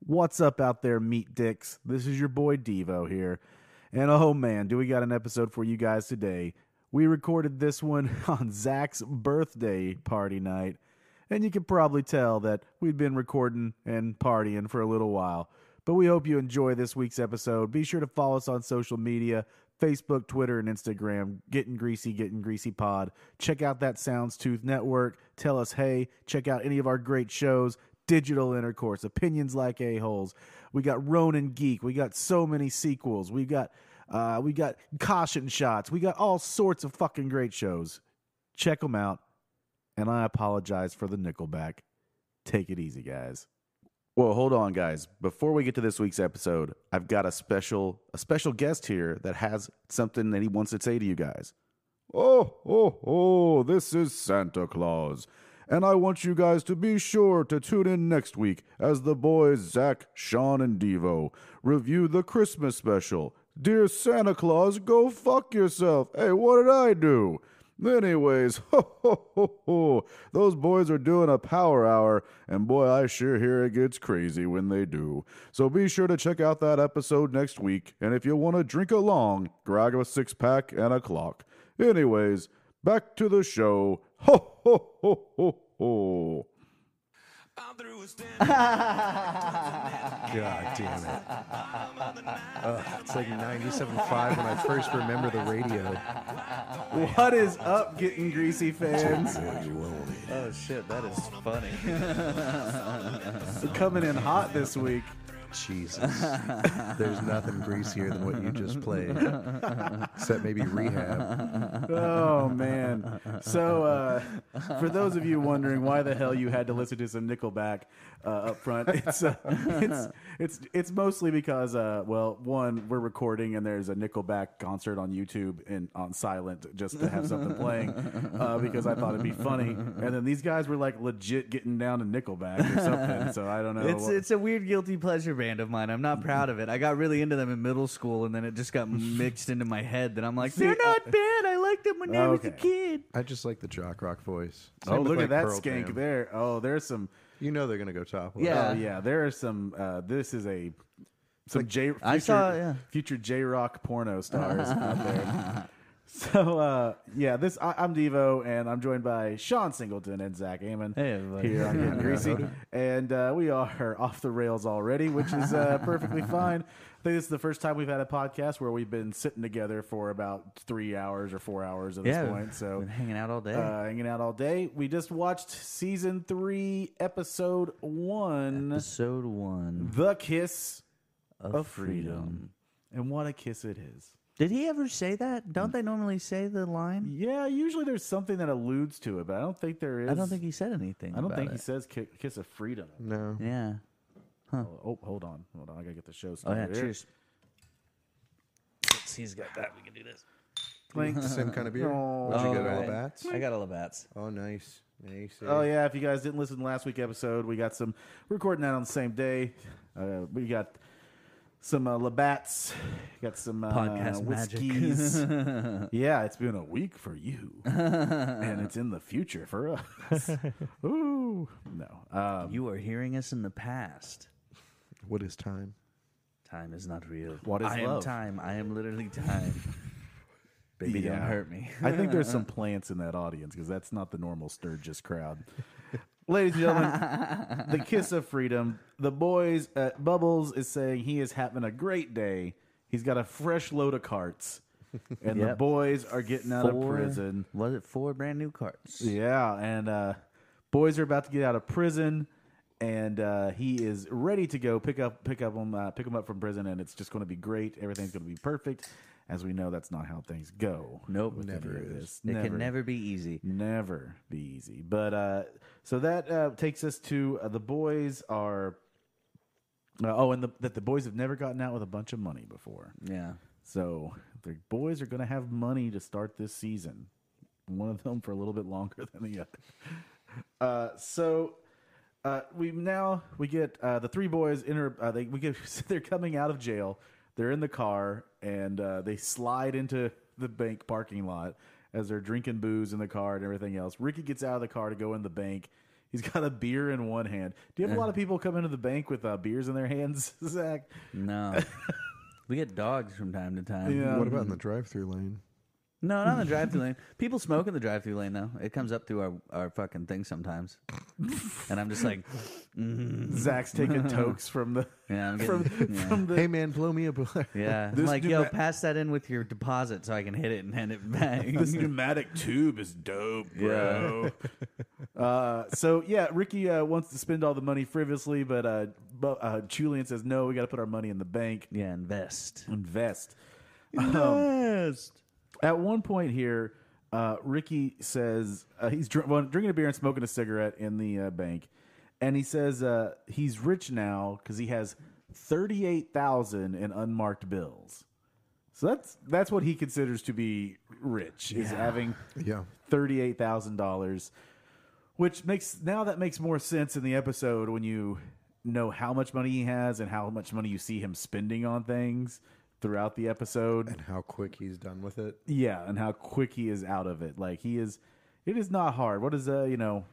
What's up out there, meat dicks? This is your boy Devo here. And oh man, do we got an episode for you guys today? We recorded this one on Zach's birthday party night. And you can probably tell that we'd been recording and partying for a little while. But we hope you enjoy this week's episode. Be sure to follow us on social media Facebook, Twitter, and Instagram. Getting Greasy, Getting Greasy Pod. Check out that Sounds Tooth Network. Tell us, hey, check out any of our great shows. Digital intercourse, opinions like a holes. We got Ronin Geek. We got so many sequels. We got uh, we got caution shots. We got all sorts of fucking great shows. Check them out. And I apologize for the Nickelback. Take it easy, guys. Well, hold on, guys. Before we get to this week's episode, I've got a special a special guest here that has something that he wants to say to you guys. Oh, oh, oh, this is Santa Claus. And I want you guys to be sure to tune in next week as the boys Zach, Sean, and Devo review the Christmas special. Dear Santa Claus, go fuck yourself. Hey, what did I do? Anyways, ho, ho, ho, ho. Those boys are doing a power hour, and boy, I sure hear it gets crazy when they do. So be sure to check out that episode next week, and if you want to drink along, grab a six pack and a clock. Anyways, back to the show. Ho, ho, ho, ho, ho. I'm through with standing. God damn it. Ugh, it's like 97.5 when I first remember the radio. What is up, getting greasy fans? Oh shit, that is funny. Coming in hot this week. Jesus. There's nothing greasier than what you just played. Except maybe rehab. Oh man! So uh, for those of you wondering why the hell you had to listen to some Nickelback uh, up front, it's uh, it's it's it's mostly because uh, well, one we're recording and there's a Nickelback concert on YouTube and on silent just to have something playing uh, because I thought it'd be funny, and then these guys were like legit getting down to Nickelback or something. So I don't know. It's what- it's a weird guilty pleasure band of mine. I'm not proud of it. I got really into them in middle school, and then it just got mixed into my head that I'm like, See, they're I- uh, not bad. I liked them when I was a Okay. kid. I just like the jock rock voice. Same oh with, look like, at that Pearl skank Jam. there! Oh, there's some. You know they're going to go top one. Yeah. Oh yeah, there are some. Uh, this is a some J. Future, I saw- yeah. future J Rock porno stars out there. So uh, yeah, this I, I'm Devo, and I'm joined by Sean Singleton and Zach Amon Hey, everybody. here on Getting Greasy, and uh, we are off the rails already, which is uh, perfectly fine. I think this is the first time we've had a podcast where we've been sitting together for about three hours or four hours at this point. So been hanging out all day. uh, hanging out all day. We just watched season three, episode one, Episode one "The Kiss Mm-hmm. of, of freedom. Freedom," and what a kiss it is! Did he ever say that? Don't they normally say the line? Yeah, usually there's something that alludes to it, but I don't think there is. I don't think he said anything. I don't about think he it. says ki- "kiss of freedom." No. Yeah. Oh, oh, hold on, hold on, I gotta get the show Oh started. yeah. here. Cheers. Since he's got that, we can do this. Clink. Same kind of beer. Oh. What'd you get, Alright. Labatt's? I got a Labatt's. Oh, nice. Nice. Oh yeah! If you guys didn't listen to last week's episode, we got some we're recording that on the same day. Uh, we got some uh, Labatt's, got some uh, Podcast magic. whiskeys. yeah, it's been a week for you, and it's in the future for us. Ooh, no, um, You are hearing us in the past. What is time? Time is not real. What is I love? am time. I am literally time. Baby, Yeah. don't hurt me. I think there's some plants in that audience because that's not the normal Sturgis crowd. Ladies and gentlemen, the kiss of freedom. The boys at Bubbles is saying he is having a great day. He's got a fresh load of carts, and the Yep. boys are getting out Four- of prison. Was it four brand new carts? Yeah, and uh, boys are about to get out of prison, and uh, he is ready to go pick up pick up them uh, pick them up from prison, and it's just going to be great. Everything's going to be perfect. As we know, that's not how things go. Nope. with Never any of is. this. It can never be easy. never be easy. But uh, so that uh, takes us to uh, the boys are. Uh, oh, and the, that the boys have never gotten out with a bunch of money before. Yeah. So the boys are going to have money to start this season. One of them for a little bit longer than the other. Uh, so uh, we now we get uh, the three boys inter. Uh, they we get they're coming out of jail. They're in the car and uh, they slide into the bank parking lot as they're drinking booze in the car and everything else. Ricky gets out of the car to go in the bank. He's got a beer in one hand. Do you have a lot of people come into the bank with uh, beers in their hands, Zach? No. we get dogs from time to time. Yeah. What about in the drive-through lane? No, not in the drive-through lane. People smoke in the drive-through lane though. It comes up through our, our fucking thing sometimes, and I'm just like, Zach's taking tokes from the yeah, I'm from, getting, yeah. from the Hey man, blow me a blow. yeah. I'm This like, new yo, ma- pass that in with your deposit so I can hit it and hand it back. this pneumatic tube is dope, bro. uh, so yeah, Ricky uh, wants to spend all the money frivolously, but uh, bu- uh, Julian says no. We got to put our money in the bank, yeah, invest. invest. Invest. At one point here, uh, Ricky says uh, he's dr- well, drinking a beer and smoking a cigarette in the uh, bank, and he says uh, he's rich now because he has thirty eight thousand in unmarked bills. So that's that's what he considers to be rich is having Yeah. thirty eight thousand dollars, which makes now that makes more sense in the episode when you know how much money he has and how much money you see him spending on things throughout the episode. And how quick he's done with it. Yeah, and how quick he is out of it. Like he is, it is not hard. What is uh, you know,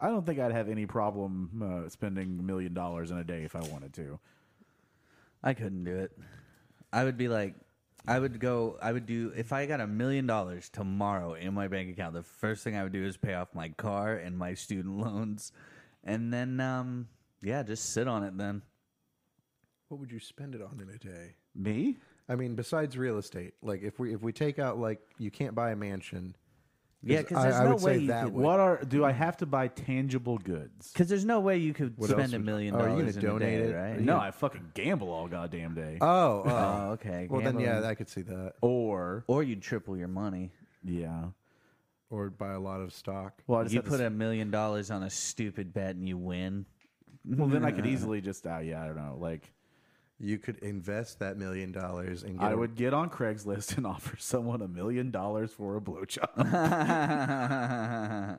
I don't think I'd have any problem uh, spending a million dollars in a day if I wanted to. I couldn't do it. I would be like, I would go, I would do, if I got a million dollars tomorrow in my bank account, the first thing I would do is pay off my car and my student loans. And then, um, yeah, just sit on it then. What would you spend it on in a day? Me? I mean, besides real estate, like if we if we take out like you can't buy a mansion. Yeah, because I- there's I no would say way you that could, would- What are do I have to buy tangible goods? because there's no way you could What else spend a would- million oh, are you dollars in gonna a donate day, it? right? No, I fucking gamble all goddamn day. Oh, Oh, okay. well then yeah, gambling. I could see that. or or you'd triple your money. yeah, Or buy a lot of stock. well, I just You have to put s- a million dollars on a stupid bet and you win. well then I Mm-hmm. could easily just uh, yeah I don't know like You could invest that million dollars and get I a- would get on Craigslist and offer someone a million dollars for a blowjob. I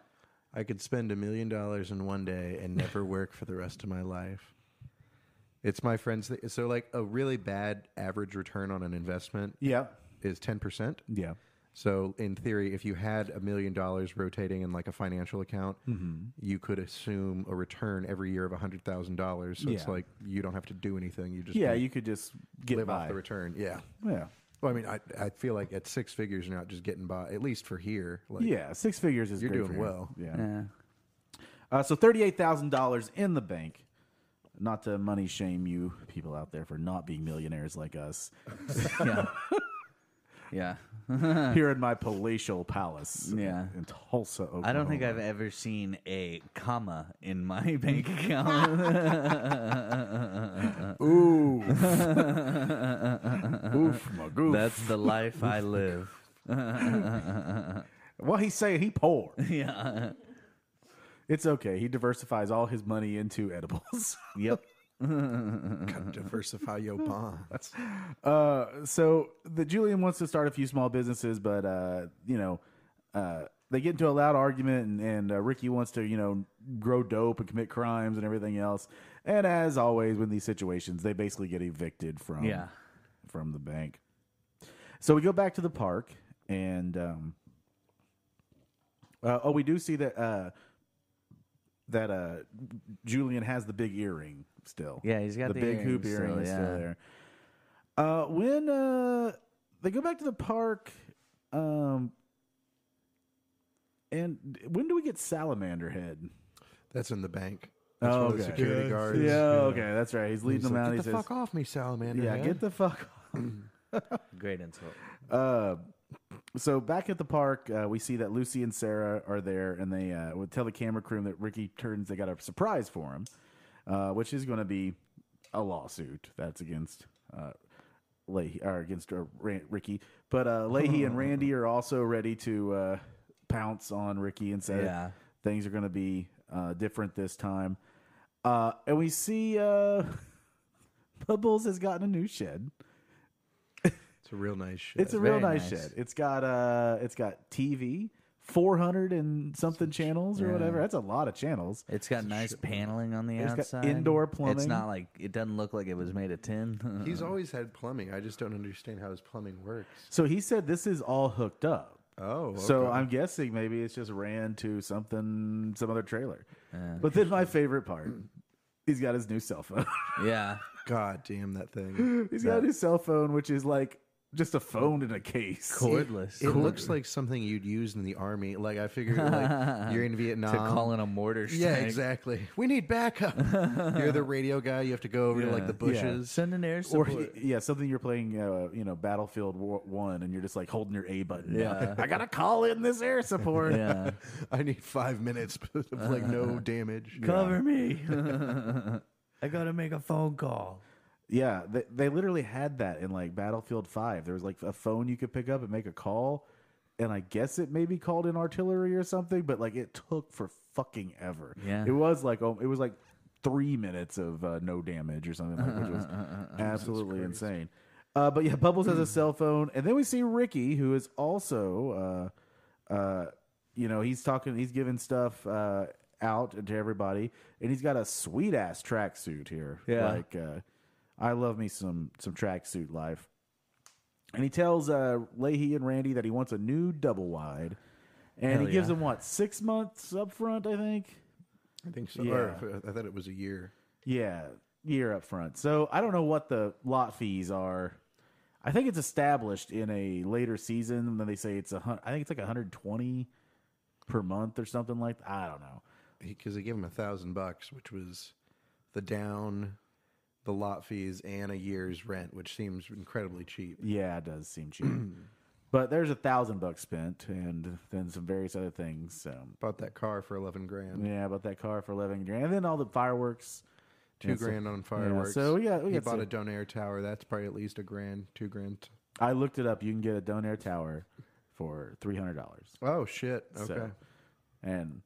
could spend a million dollars in one day and never work for the rest of my life. It's my friends. Th- so, like, a really bad average return on an investment yeah, is 10%. yeah, So, in theory, if you had a million dollars rotating in like a financial account, Mm-hmm. you could assume a return every year of $100,000. So, it's Yeah. like you don't have to do anything. You just yeah. like, You could just get live by. off the return. Yeah. yeah. Well, I mean, I, I feel like at six figures, you're not just getting by, at least for here. Like, Yeah, six figures is You're great doing for him. well. Yeah. Yeah. Uh, so thirty-eight thousand dollars in the bank. Not to money shame you people out there for not being millionaires like us Yeah. yeah. Uh. here in my palatial palace. Yeah. in Tulsa, Oklahoma. I don't think I've ever seen a comma in my bank account. Ooh, uh, oof, my goof. That's the life I live. what he's saying. He poor. Yeah. It's okay. He diversifies all his money into edibles. Yep. Gotta diversify your bonds. Uh, so the Julian wants to start a few small businesses, but uh, you know, uh, they get into a loud argument, and, and uh, Ricky wants to you know grow dope and commit crimes and everything else. And as always, when these situations, they basically get evicted from Yeah. from the bank. So we go back to the park, and um, uh, oh, we do see that uh, that uh, Julian has the big earring still. Yeah, he's got the, the big hoop earring earring still, is yeah. still there. Uh, when uh, they go back to the park, um, and when do we get Salamander Head? That's in the bank. That's Oh, one of the okay. security Yeah, guards. Yeah, okay, that's right. He's leading He's them like, out. get he the says, fuck off me, salamander. "Yeah, head." get the fuck off." Great insult. Uh, so back at the park, uh, we see that Lucy and Sarah are there, and they uh, would tell the camera crew that Ricky turns. They got a surprise for him, uh, which is going to be a lawsuit that's against uh, Leahy or against uh, Ran- Ricky. But uh, Leahy and Randy are also ready to uh, pounce on Ricky and say Yeah. things are going to be uh, different this time. Uh, and we see uh, Bubbles has gotten a new shed. It's a real nice shit. It's a real very nice, nice. shed. It's got uh it's got TV, 400 and something channels or whatever. That's a lot of channels. It's got nice paneling on the It's got outside. indoor It's plumbing. not like it doesn't look like it was made of tin. He's always had plumbing. I just don't understand how his plumbing works. So he said this is all hooked up. Oh, okay. So I'm guessing maybe it's just ran to something, some other trailer. but then my favorite part, he's got his new cell phone. Yeah. God damn that thing. he's got a new cell phone, which is like just a phone in a case. Cordless. It looks like something you'd use in the army. Like I figure, like you're in Vietnam. to call in a mortar strike. Um, yeah, exactly. We need backup. you're the radio guy. You have to go over to like the bushes. Send an air Or support. yeah, something you're playing, uh, you know, Battlefield War- One, and you're just like holding your A button. Yeah. I gotta call in this air support. yeah. I need five minutes of like no damage. Cover me. I gotta make a phone call. Yeah, they, they literally had that in like Battlefield 5. There was like a phone you could pick up and make a call, and I guess it maybe called in artillery or something, but like it took for fucking ever. Yeah. It was like oh, it was like 3 minutes of uh, no damage or something like which was absolutely insane. Uh, but yeah, Bubbles has a cell phone, and then we see Ricky, who is also, uh, uh, you know, he's talking, he's giving stuff uh, out to everybody, and he's got a sweet ass tracksuit here. Yeah. like uh, I love me some some tracksuit life. And he tells uh, Leahy and Randy that he wants a new double wide, and Hell he gives yeah. them what six months up front, I think. I think so. Yeah. Or I thought it was a year. Yeah, year up front. So I don't know what the lot fees are. I think it's established in a later season, and then they say it's a hun- I think it's like 120 per month or something like that. I don't know. because they gave him a thousand bucks, which was the down, the lot fees, and a year's rent, which seems incredibly cheap. Yeah, it does seem cheap. but there's a thousand bucks spent, and then some various other things. So Bought that car for eleven grand, yeah, about that car for 11 grand, and then all the fireworks. two Yeah, so- grand on fireworks. so we got- we he got bought some- a Donair tower. That's probably at least a grand, two grand. I looked it up. You can get a Donair tower for three hundred dollars. Oh shit! Okay, So, and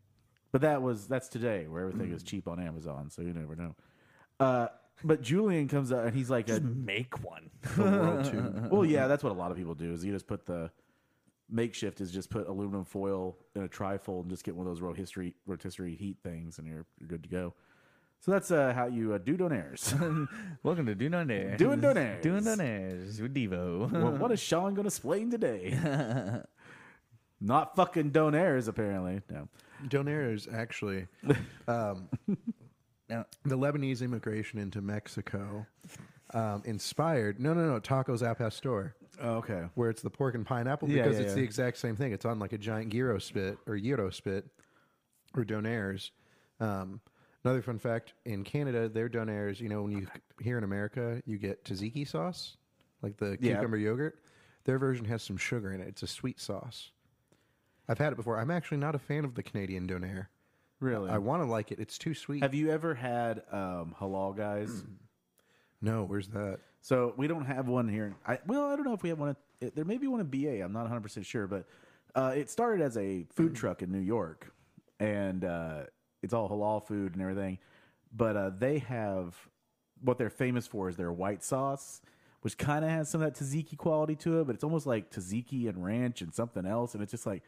but that was that's today where everything is cheap on Amazon, so you never know. Uh, but Julian comes out and he's like, a, Make one. the world two. "Well, yeah, that's what a lot of people do. Is you just put the makeshift is just put aluminum foil in a trifold and just get one of those rotisserie rotisserie heat things, and you're, you're good to go." So that's uh, how you uh, do donairs. Welcome to Do Donaires. Doing Donaires. Doing Donaires with Devo. well, what is Sean going to explain today? Not fucking donairs, apparently. No. Donair is actually um, Now, the Lebanese immigration into Mexico um, inspired. No, no, no. Tacos al pastor. okay. where it's the pork and pineapple Yeah, because yeah, it's yeah. the exact same thing. It's on like a giant gyro spit or gyro spit or donaires. Um, another fun fact in Canada, their donaires, you know, when you here in America, you get tzatziki sauce, like the Yeah. cucumber yogurt. Their version has some sugar in it. It's a sweet sauce. I've had it before. I'm actually not a fan of the Canadian donair. Really? I want to like it. It's too sweet. Have you ever had um, halal guys? no, where's that? So we don't have one here. I, well, I don't know if we have one. At, there may be one in BA. I'm not 100 percent sure, but uh, it started as a Mm-hmm. food truck in New York, and uh, it's all halal food and everything. But uh, they have what they're famous for is their white sauce, which kind of has some of that tzatziki quality to it, but it's almost like tzatziki and ranch and something else, and it's just like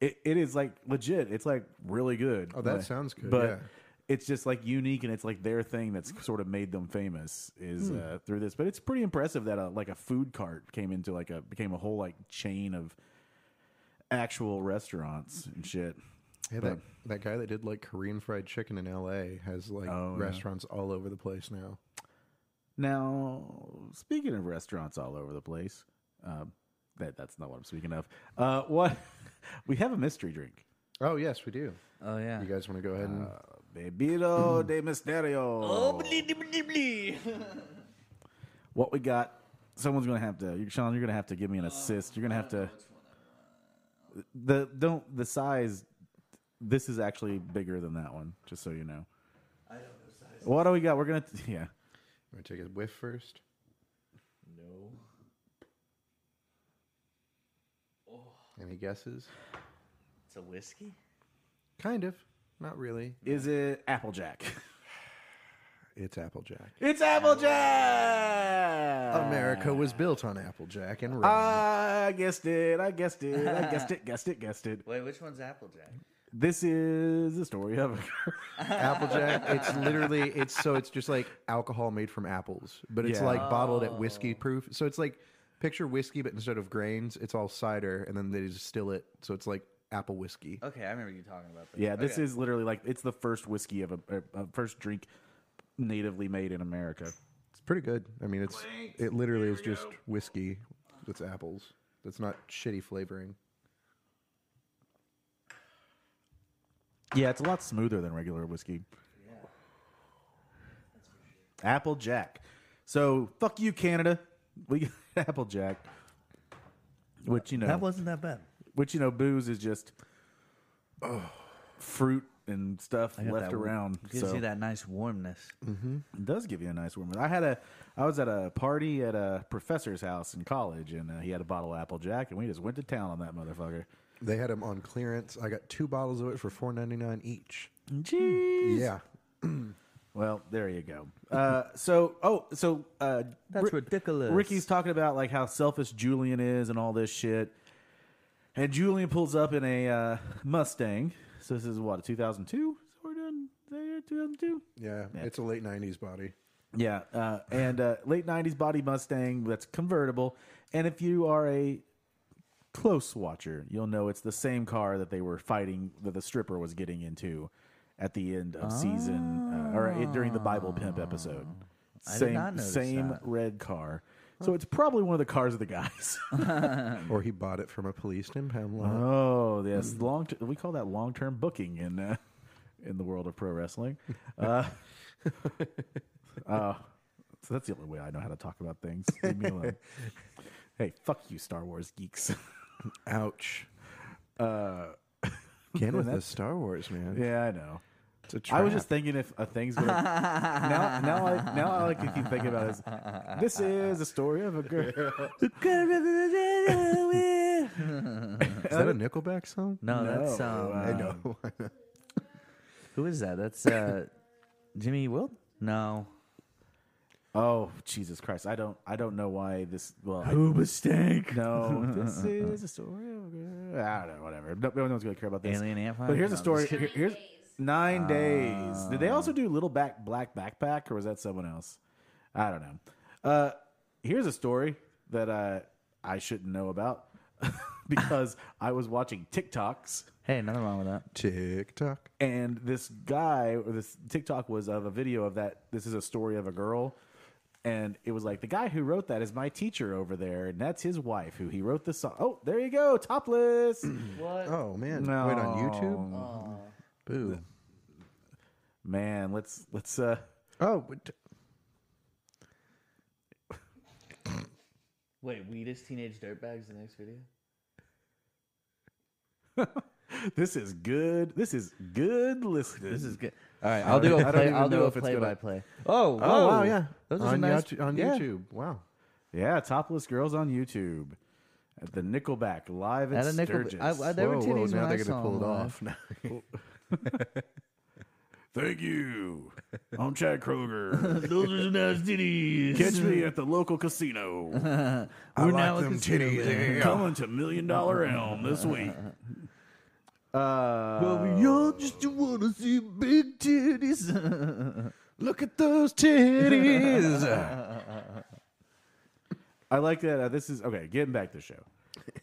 it, it is like legit. It's like really good. Oh, that Like, sounds good, But yeah. it's just like unique and it's like their thing that's sort of made them famous is uh, through this but it's pretty impressive that a, like a food cart came into like a became a whole like chain of actual restaurants and shit Yeah, that, that guy that did like Korean fried chicken in LA has like Oh, yeah. restaurants all over the place now. now speaking of restaurants all over the place um, that that's not what i'm speaking of uh, what we have a mystery drink Oh, yes, we do. oh yeah. You guys want to go ahead and bebido de misterio Oh, what we got. Someone's gonna have to, you- Sean. You're gonna have to give me an assist. You're gonna have to. The don't the size. This is actually bigger than that one. Just so you know. I don't know size. What do we got? We're gonna yeah. I'm gonna take a whiff first. No. Any guesses? It's a whiskey. Kind of. Not really. Is it Applejack? It's Applejack. It's Applejack. America was built on Applejack and rum. I guessed it. I guessed it. I guessed it. Guessed it. Guessed it. Wait, which one's Applejack? This is the story of. Applejack. It's literally it's so it's just like alcohol made from apples, but it's Yeah. like bottled at whiskey proof. So it's like Picture whiskey, but instead of grains, it's all cider, and then they distill it, so it's like apple whiskey. Okay, I remember you talking about that. Yeah, this Okay. is literally like it's the first whiskey of a, a, a first drink natively made in America. It's pretty good. I mean, it's it literally is just whiskey with apples. That's not shitty flavoring. Yeah, it's a lot smoother than regular whiskey. Apple Jack. So fuck you, Canada. We got Apple Jack, which you know, that wasn't that bad. which you know, booze is just fruit and stuff got left that- around. Gives so you that nice warmness. It does give you a nice warm. I had a, I was at a party at a professor's house in college, and uh, he had a bottle of Apple Jack, and we just went to town on that motherfucker. They had them on clearance. I got two bottles of it for four ninety nine each. Jeez. Yeah, Well, there you go. Uh, so, oh, so uh, That's ridiculous. Ricky's talking about like how selfish Julian is and all this shit, and Julian pulls up in a uh, Mustang. So this is what 2002. So we're doing 2002. yeah. It's a late nineties body. Yeah, uh, and uh, late '90s body Mustang that's convertible, and if you are a close watcher, you'll know it's the same car that they were fighting that the stripper was getting into at the end of season uh, or it, during the Bible pimp episode. did Same not notice same that. red car. So it's probably one of the cars of the guys. Or he bought it from a police impound lot. oh yes, long. T- we call that long term booking in uh, in the world of pro wrestling. Uh, uh, so that's the only way I know how to talk about things. Leave me alone. hey, fuck you, Star Wars geeks. Ouch. Uh, Again with the Star Wars, man. yeah, I know. It's a trap. I was just thinking if a thing's gonna now now I now all I can keep thinking about is this is a story of a girl. Is that a Nickelback song? Oh, No, that's No, um, I uh, who is that? That's uh, Jimmy Wilt. No, oh Jesus Christ! I don't I don't know why this. Well, I, Booba Stank. no, this is a story of a girl. I don't know. Whatever. No, no one's gonna care about this. Alien Ant But here's No, a I'm story. just kidding. Oh. here- here's nine days. Did they also do Little Back Black Backpack, or was that someone else? I don't know. Uh, here's a story that uh, I shouldn't know about because I was watching TikToks, Hey, nothing wrong with that. Tick tock. and this guy or this TikTok was of a video of that. This is a story of a girl. And it was like the guy who wrote that is my teacher over there, and that's his wife who he wrote the song. Oh, there you go, topless. Oh man. Wait on YouTube. Boo. Man, let's let's uh Oh, but t- Wait, weedest teenage dirtbags. The next video. This is good. This is good listening. This is good. All right, I'll do I a don't play. even I'll do know a if it's play gonna- by play. Oh, oh whoa. wow, yeah. Those are on some nice. YouTube, on yeah. YouTube. Wow. yeah, topless girls on YouTube at the Nickelback live at At a nickel. Sturgis. I, I, there were whoa, titties whoa, when now I they're gonna saw pull it them off. live. Thank you. I'm Chad Kroger. Those are some nice titties. Catch me at the local casino. I We're now a casino titties. Coming to Million Dollar Elm this week. Uh, y'all just wanna see big titties. Look at those titties. I like that. Uh, this is okay. Getting back to the show.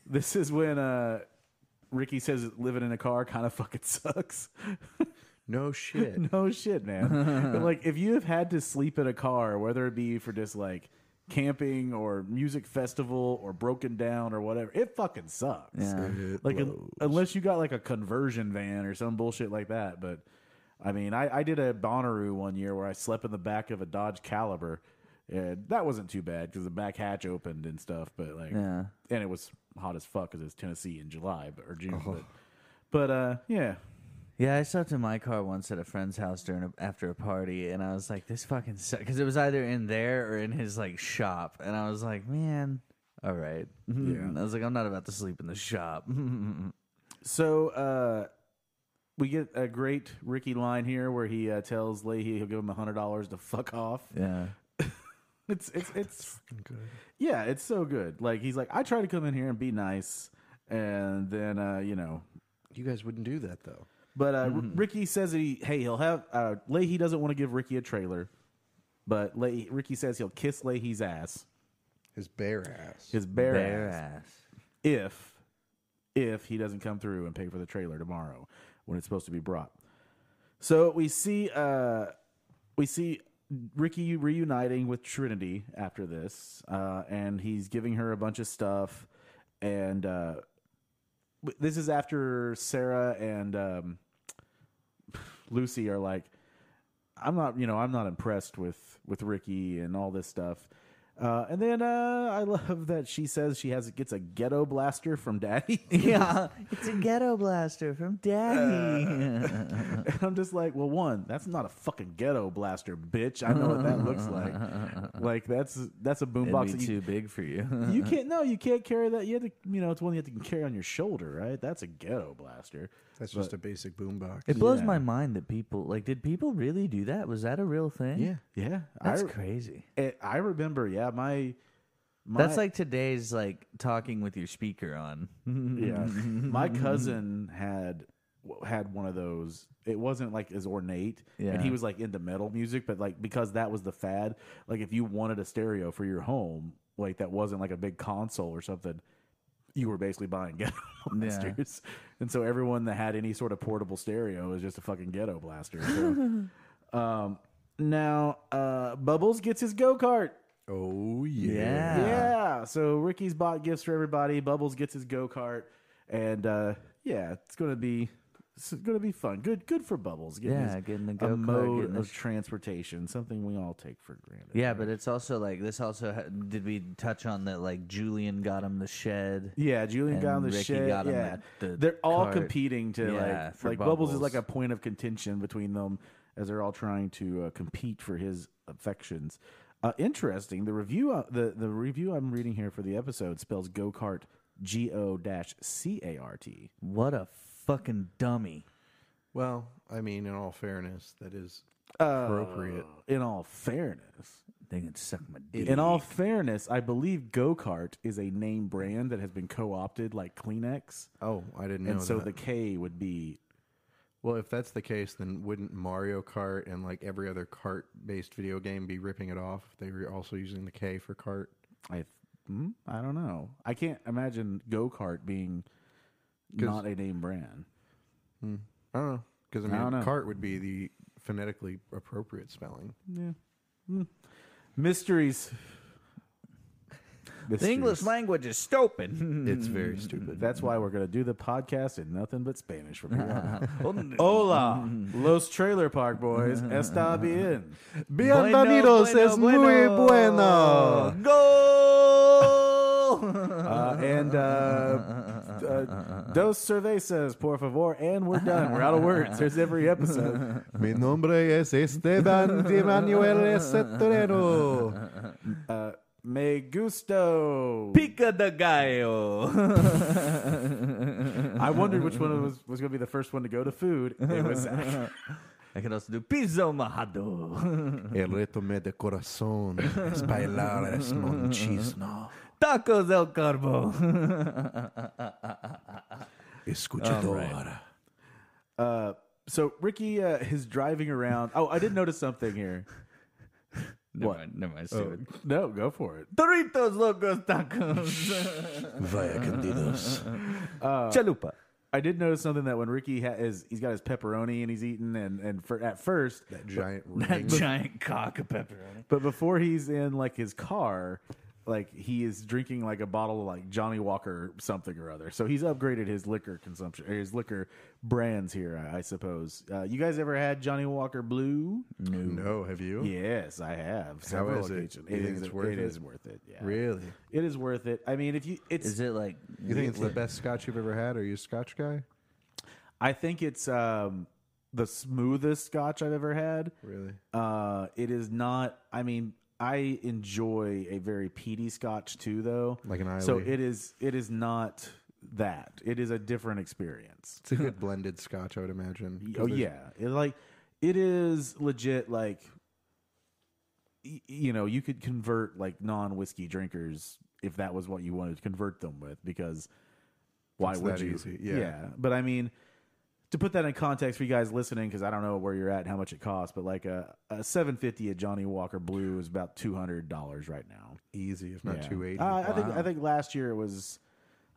This is when uh, Ricky says living in a car kind of fucking sucks. no shit. No shit, man. but like, if you have had to sleep in a car, whether it be for just like camping or music festival or broken down or whatever, it fucking sucks. yeah. Like, un- unless you got like a conversion van or some bullshit like that. But I mean, I, I did a Bonnaroo one year where I slept in the back of a Dodge Caliber. And that wasn't too bad because the back hatch opened and stuff. But like, Yeah. and it was hot as fuck because it was Tennessee in July but, or June. But, but uh, yeah. Yeah, I slept in my car once at a friend's house during a, after a party, and I was like, "This fucking sucks," because it was either in there or in his like shop, and I was like, "Man, all right." Yeah. I was like, "I'm not about to sleep in the shop." So uh, we get a great Ricky line here where he uh, tells Leahy he'll give him hundred dollars to fuck off. yeah, It's it's it's yeah, it's so good. Like he's like, I try to come in here and be nice, and then uh, you know. You guys wouldn't do that though. But uh, R- Ricky says that he hey he'll have uh, Leahy doesn't want to give Ricky a trailer, but Leahy, Ricky says he'll kiss Leahy's ass. His bare ass. His bare, Bare ass. ass. If if he doesn't come through and pay for the trailer tomorrow when it's supposed to be brought. So we see uh we see Ricky reuniting with Trinity after this, uh, and he's giving her a bunch of stuff. And uh, w- this is after Sarah and um, Lucy are like, "I'm not, you know, I'm not impressed with with Ricky and all this stuff." Uh, and then uh, I love that she says she has gets a ghetto blaster from Daddy. Yeah, it's a ghetto blaster from Uh, Daddy. And I'm just like, well, one, that's not a fucking ghetto blaster, bitch. I know what that looks like. Like that's that's a boombox. It'd that be You, too big for you. you can't no, you can't carry that. You have to, you know, it's one you have to carry on your shoulder, right? That's a ghetto blaster. That's just a basic boombox. It blows Yeah. my mind that people like. Did people really do that? Was that a real thing? yeah. Yeah, that's I, crazy. it- I remember. Yeah, my, my That's like today's like talking with your speaker on. yeah, my cousin had had one of those. It wasn't like as ornate, Yeah. and he was like into metal music, but like because that was the fad. Like if you wanted a stereo for your home, like that wasn't like a big console or something. You were basically buying ghetto blasters, and so everyone that had any sort of portable stereo was just a fucking ghetto blaster. So, um, now uh, Bubbles gets his go kart. Oh yeah. Yeah. Yeah. So Ricky's bought gifts for everybody. Bubbles gets his go kart, and uh, yeah, it's gonna be it's gonna be fun. Good, good for Bubbles. Getting Yeah, his- getting the a go-kart, mode getting of the sh- transportation, something we all take for granted. Yeah, but it's also like this. Also, ha- did we touch on that? Like Julian got him the shed. Yeah, Julian got on And the Ricky shit. got him yeah. at the they're all cart. competing to Yeah, like for like Bubbles. is Bubbles. like a point of contention between them as they're all trying to uh, compete for his affections. Uh, interesting. The review uh, the the review I'm reading here for the episode spells go kart G O dash C A R T. What a fucking dummy! Well, I mean, in all fairness, that is appropriate. Uh, In all fairness, They can suck my dick. in all fairness, I believe Go Kart is a name brand that has been co opted like Kleenex, Oh, I didn't know and so that. the K would be well, if that's the case, then wouldn't Mario Kart and like every other cart-based video game be ripping it off? if They were also using the K for cart. I hmm? I don't know. I can't imagine Go Kart being 'Cause- not a name brand. I don't know because I I don't mean, know. cart would be the phonetically appropriate spelling. Mysteries. the English Mysteries. language Mm-hmm. is stupid. It's very stupid. That's why we're going to do the podcast in nothing but Spanish from here on. Bienvenidos, Hola, los trailer park boys. Está bien. Go! Uh, and uh, uh, dos cervezas, por favor. And we're done. We're out of words. There's every episode. Mi nombre es Esteban de Manuel Cetrero. Uh, me gusto. Pica de gallo. I wondered which one was, was going to be the first one to go to food. It was Zach. I can also do piso majado. Mm-hmm. El reto me de corazón es bailar es monchisno. Tacos del carbo. Escuchador. Uh, so Ricky uh, is driving around. Oh, I did notice something here. Never mind, never mind. stupid. No, go for it. Doritos locos tacos. Vaya candidos. Chalupa. I did notice something that when Ricky ha- is, he's got his pepperoni and he's eating, and and for at first, Giant That ring. giant cock of pepperoni. but before he's in like his car, like he is drinking like a bottle of like Johnny Walker something or other. So he's upgraded his liquor consumption, or his liquor brands here, I, I suppose. Uh, you guys ever had Johnny Walker Blue? No, have you? Yes, I have. Several is it? occasions. You think it's worth It it? is worth it. Yeah, Really? it is worth it. I mean, if you, it's. Is it like You think it's the best scotch you've ever had? Are you a scotch guy? I think it's um, the smoothest Scotch I've ever had. Really? Uh, it is not. I mean, I enjoy a very peaty Scotch too, though. Like an So Islay. it is. It is not that. It is a different experience. It's a good blended scotch, I would imagine. 'cause Oh there's- yeah, it, like it is legit. Like y- you know, you could convert like non whiskey drinkers if that was what you wanted to convert them with, because why It's would that you? easy, yeah. but I mean, to put that in context for you guys listening, because I don't know where you're at and how much it costs, but like a, a 750 at Johnny Walker Blue is about $200 right now. Easy, if not Yeah. 280. Uh, I think I think last year it was.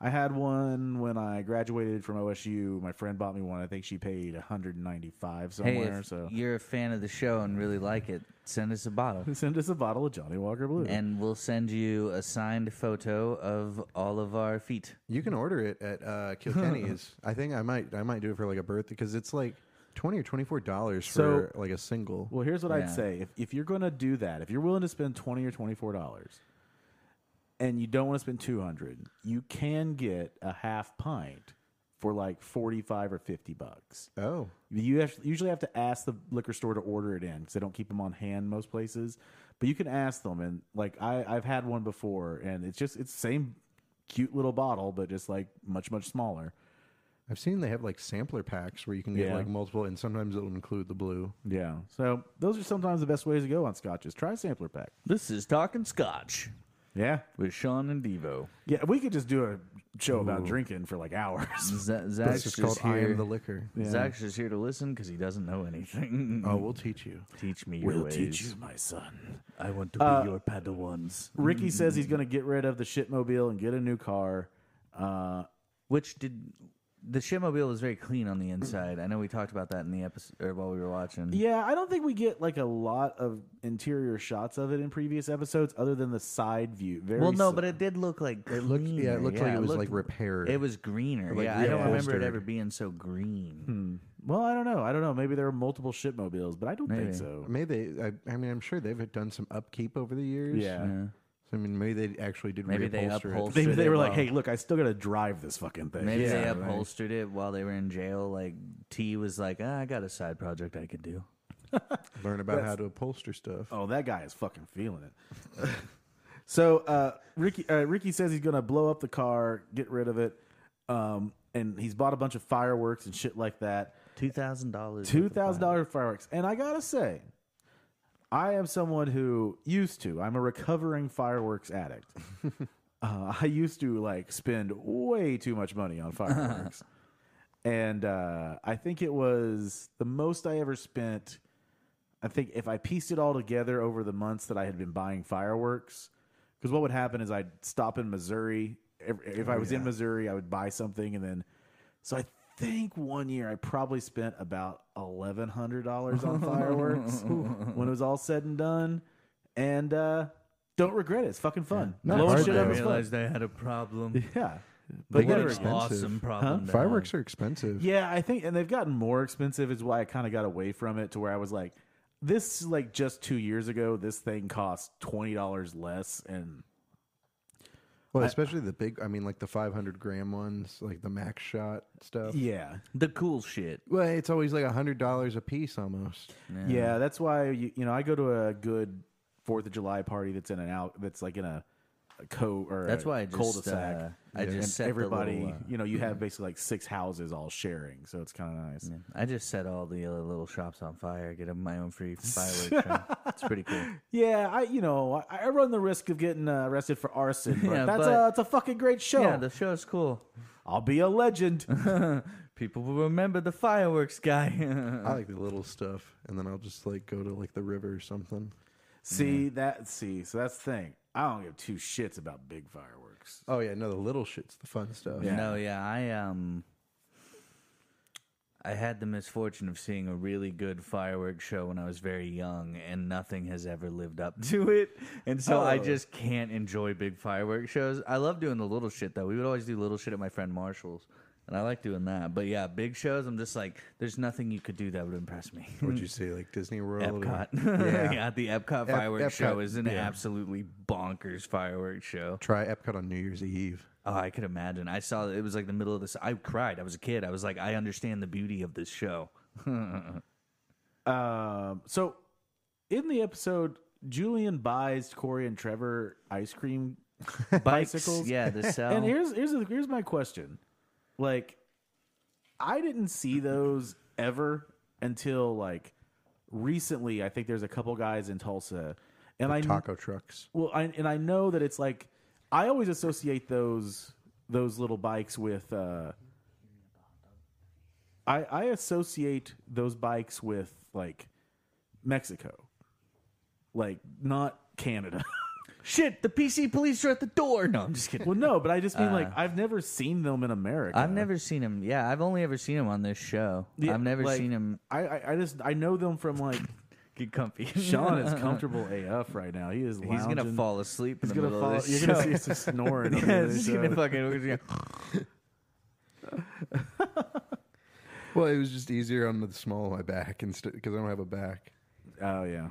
I had one when I graduated from OSU. My friend bought me one. I think she paid 195 Hey, somewhere. if so you're a fan of the show and really like it, send us a bottle. send us a bottle of Johnny Walker Blue. and we'll send you a signed photo of all of our feet. You can order it at uh, Kilkenny's. I think I might I might do it for like a birthday because it's like twenty or twenty four dollars So- for like a single. well, here's what I'd Yeah. say: if if you're going to do that, if you're willing to spend 20 or 24 dollars, and you don't want to spend 200, you can get a half pint for like 45 or 50 bucks. oh, You have- usually have to ask the liquor store to order it in because they don't keep them on hand most places. But you can ask them, and like I, I've had one before, and it's just it's the same cute little bottle, but just like much much smaller. I've seen they have like sampler packs where you can get Yeah. like multiple, and sometimes it'll include the blue. Yeah. So those are sometimes the best ways to go on scotches. Try a sampler pack. This is Talking Scotch Yeah. with Sean and Devo. Yeah. We could just do a show about drinking for like hours. Z- That's Zach's just just called I here. am the liquor. Zach's just here to listen because he doesn't know anything. Oh, we'll teach you. Teach me your ways. my son. Mm. I want to be Ah. your Padawans. Ricky says he's going to get rid of the shitmobile and get a new car. Uh, Which did the shitmobile was very clean on the inside. I know we talked about that in the episode or while we were watching. Yeah, I don't think we get like a lot of interior shots of it in previous episodes, other than the side view. Very Well, no, si- but it did look like cleaner. looked- yeah, it looked like it was, like, looked- repaired. It was greener. Like, yeah, I don't remember reupholstered. Hmm. it ever being so green. well, I don't know. I don't know. Maybe there are multiple shipmobiles, but I don't think Maybe. so. Maybe they. I, I mean, I'm sure they've done some upkeep over the years. Yeah. So, I mean, maybe they actually did. Maybe they reupholster it. upholstered Maybe they it were like, well. "Hey, look, I still got to drive this fucking thing." Maybe they Yeah. upholstered it while they were in jail. Like T was like, ah, I got a side project I could do. Learn about how to upholster stuff. Oh, that guy is fucking feeling it. so uh, Ricky uh, Ricky says he's gonna blow up the car, get rid of it, um, and he's bought a bunch of fireworks and shit like that. Two thousand dollars. Two thousand dollar fireworks, and I gotta say, I am someone who used to. I'm a recovering fireworks addict. uh, I used to like spend way too much money on fireworks, and uh, I think it was the most I ever spent. I think if I pieced it all together over the months that I had been buying fireworks, because what would happen is I'd stop in Missouri. If, if Oh, I was in Missouri, I would buy something, and then so I think one year I probably spent about eleven hundred dollars on fireworks when it was all said and done, and uh, don't regret it. It's fucking fun. Not Blowing hard shit though. up is fun. realized I had a problem. Yeah, They but get never expensive. awesome problem. to have. Fireworks are expensive. Yeah, I think, and they've gotten more expensive. Is why I kind of got away from it to where I was like, this like just two years ago, this thing cost twenty dollars less, and Well, especially the big. I mean, like the 500 gram ones, like the max shot stuff. yeah, The cool shit. Well, it's always like a hundred dollars a piece almost. yeah, that's why you, you know I go to a good Fourth of July party that's in an out that's like in a, a co or That's a why I just cul-de-sac. uh, I and just set everybody, The little, uh, you know, you have basically like six houses all sharing, so it's kind of nice. I just set all the other little shops on fire. Get 'em my own free fireworks. show. It's pretty cool. Yeah, I, you know, I, I run the risk of getting uh, arrested for arson, but Yeah, that's but- a, it's a fucking great show. Yeah, the show's cool. I'll be a legend. People will remember the fireworks guy. I like the little stuff, and then I'll just like go to like the river or something. See that? See, so that's the thing. I don't give two shits about big fireworks. Oh yeah, no, the little shit's the fun stuff. Yeah. No, yeah, I um, I had the misfortune of seeing a really good fireworks show when I was very young, and nothing has ever lived up to it. And so I Oh. just can't enjoy big fireworks shows. I love doing the little shit though. We would always do little shit at my friend Marshall's, and I like doing that. But yeah, big shows, I'm just like, there's nothing you could do that would impress me. What'd you say, like Disney World? or- Epcot, Yeah. yeah. the Epcot fireworks show Epcot, is an yeah. absolutely bonkers fireworks show. Try Epcot on New Year's Eve. Oh, I could imagine. I saw it was like the middle of this. I cried. I was a kid. I was like, I understand the beauty of this show. Um, so in the episode, Julian buys Corey and Trevor ice cream bicycles. yeah, the cell. And here's here's the- here's my question. Like, I didn't see those ever until like recently. I think there's a couple guys in Tulsa, and I Taco trucks. Well, I, and I know that it's like I always associate those those little bikes with uh, I, I associate those bikes with like Mexico, like not Canada. Shit, the PC police are at the door. No, I'm just kidding. well, no, but I just mean like Uh. I've never seen them in America. I've never seen him. Yeah, I've only ever seen him on this show. Yeah, I've never like, seen him I, I I just I know them from like get comfy. Sean is comfortable AF right now. He is. Lounging. He's gonna fall asleep. He's in the gonna middle fall. Of this You're show. gonna see us just snoring. on the yeah, other just gonna show. fucking. we're just gonna- Well, it was just easier on the small of my back instead because I don't have a back. Oh yeah.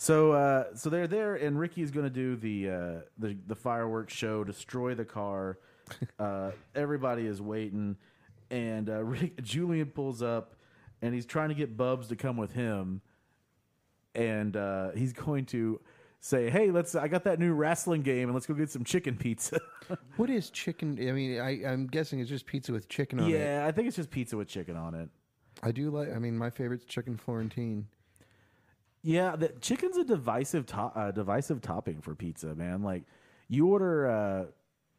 So uh, so they're there, and Ricky is going to do the, uh, the the fireworks show, destroy the car. Uh, everybody is waiting, and uh, Rick, Julian pulls up, and he's trying to get Bubs to come with him, and uh, he's going to say, "Hey, let's! I got that new wrestling game, and let's go get some chicken pizza." What is chicken? I mean, I, I'm guessing it's just pizza with chicken on it. yeah, I think it's just pizza with chicken on it. I do like. I mean, my favorite's chicken Florentine. Yeah, the, chicken's a divisive to- uh, divisive topping for pizza, man. Like you order uh,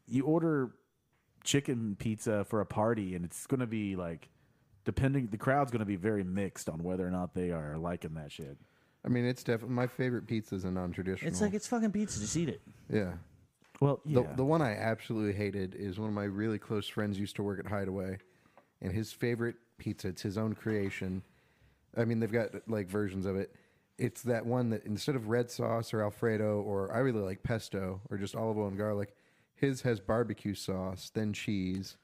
you order chicken pizza for a party, and it's going to be like depending the crowd's going to be very mixed on whether or not they are liking that shit. I mean, it's definitely my favorite pizza is a non-traditional. it's like it's fucking pizza. Just eat it. yeah. Well, yeah, The, the one I absolutely hated is one of my really close friends used to work at Hideaway, and his favorite pizza, it's his own creation. I mean, they've got like versions of it. It's that one that instead of red sauce or Alfredo, or I really like pesto or just olive oil and garlic, his has barbecue sauce, then cheese,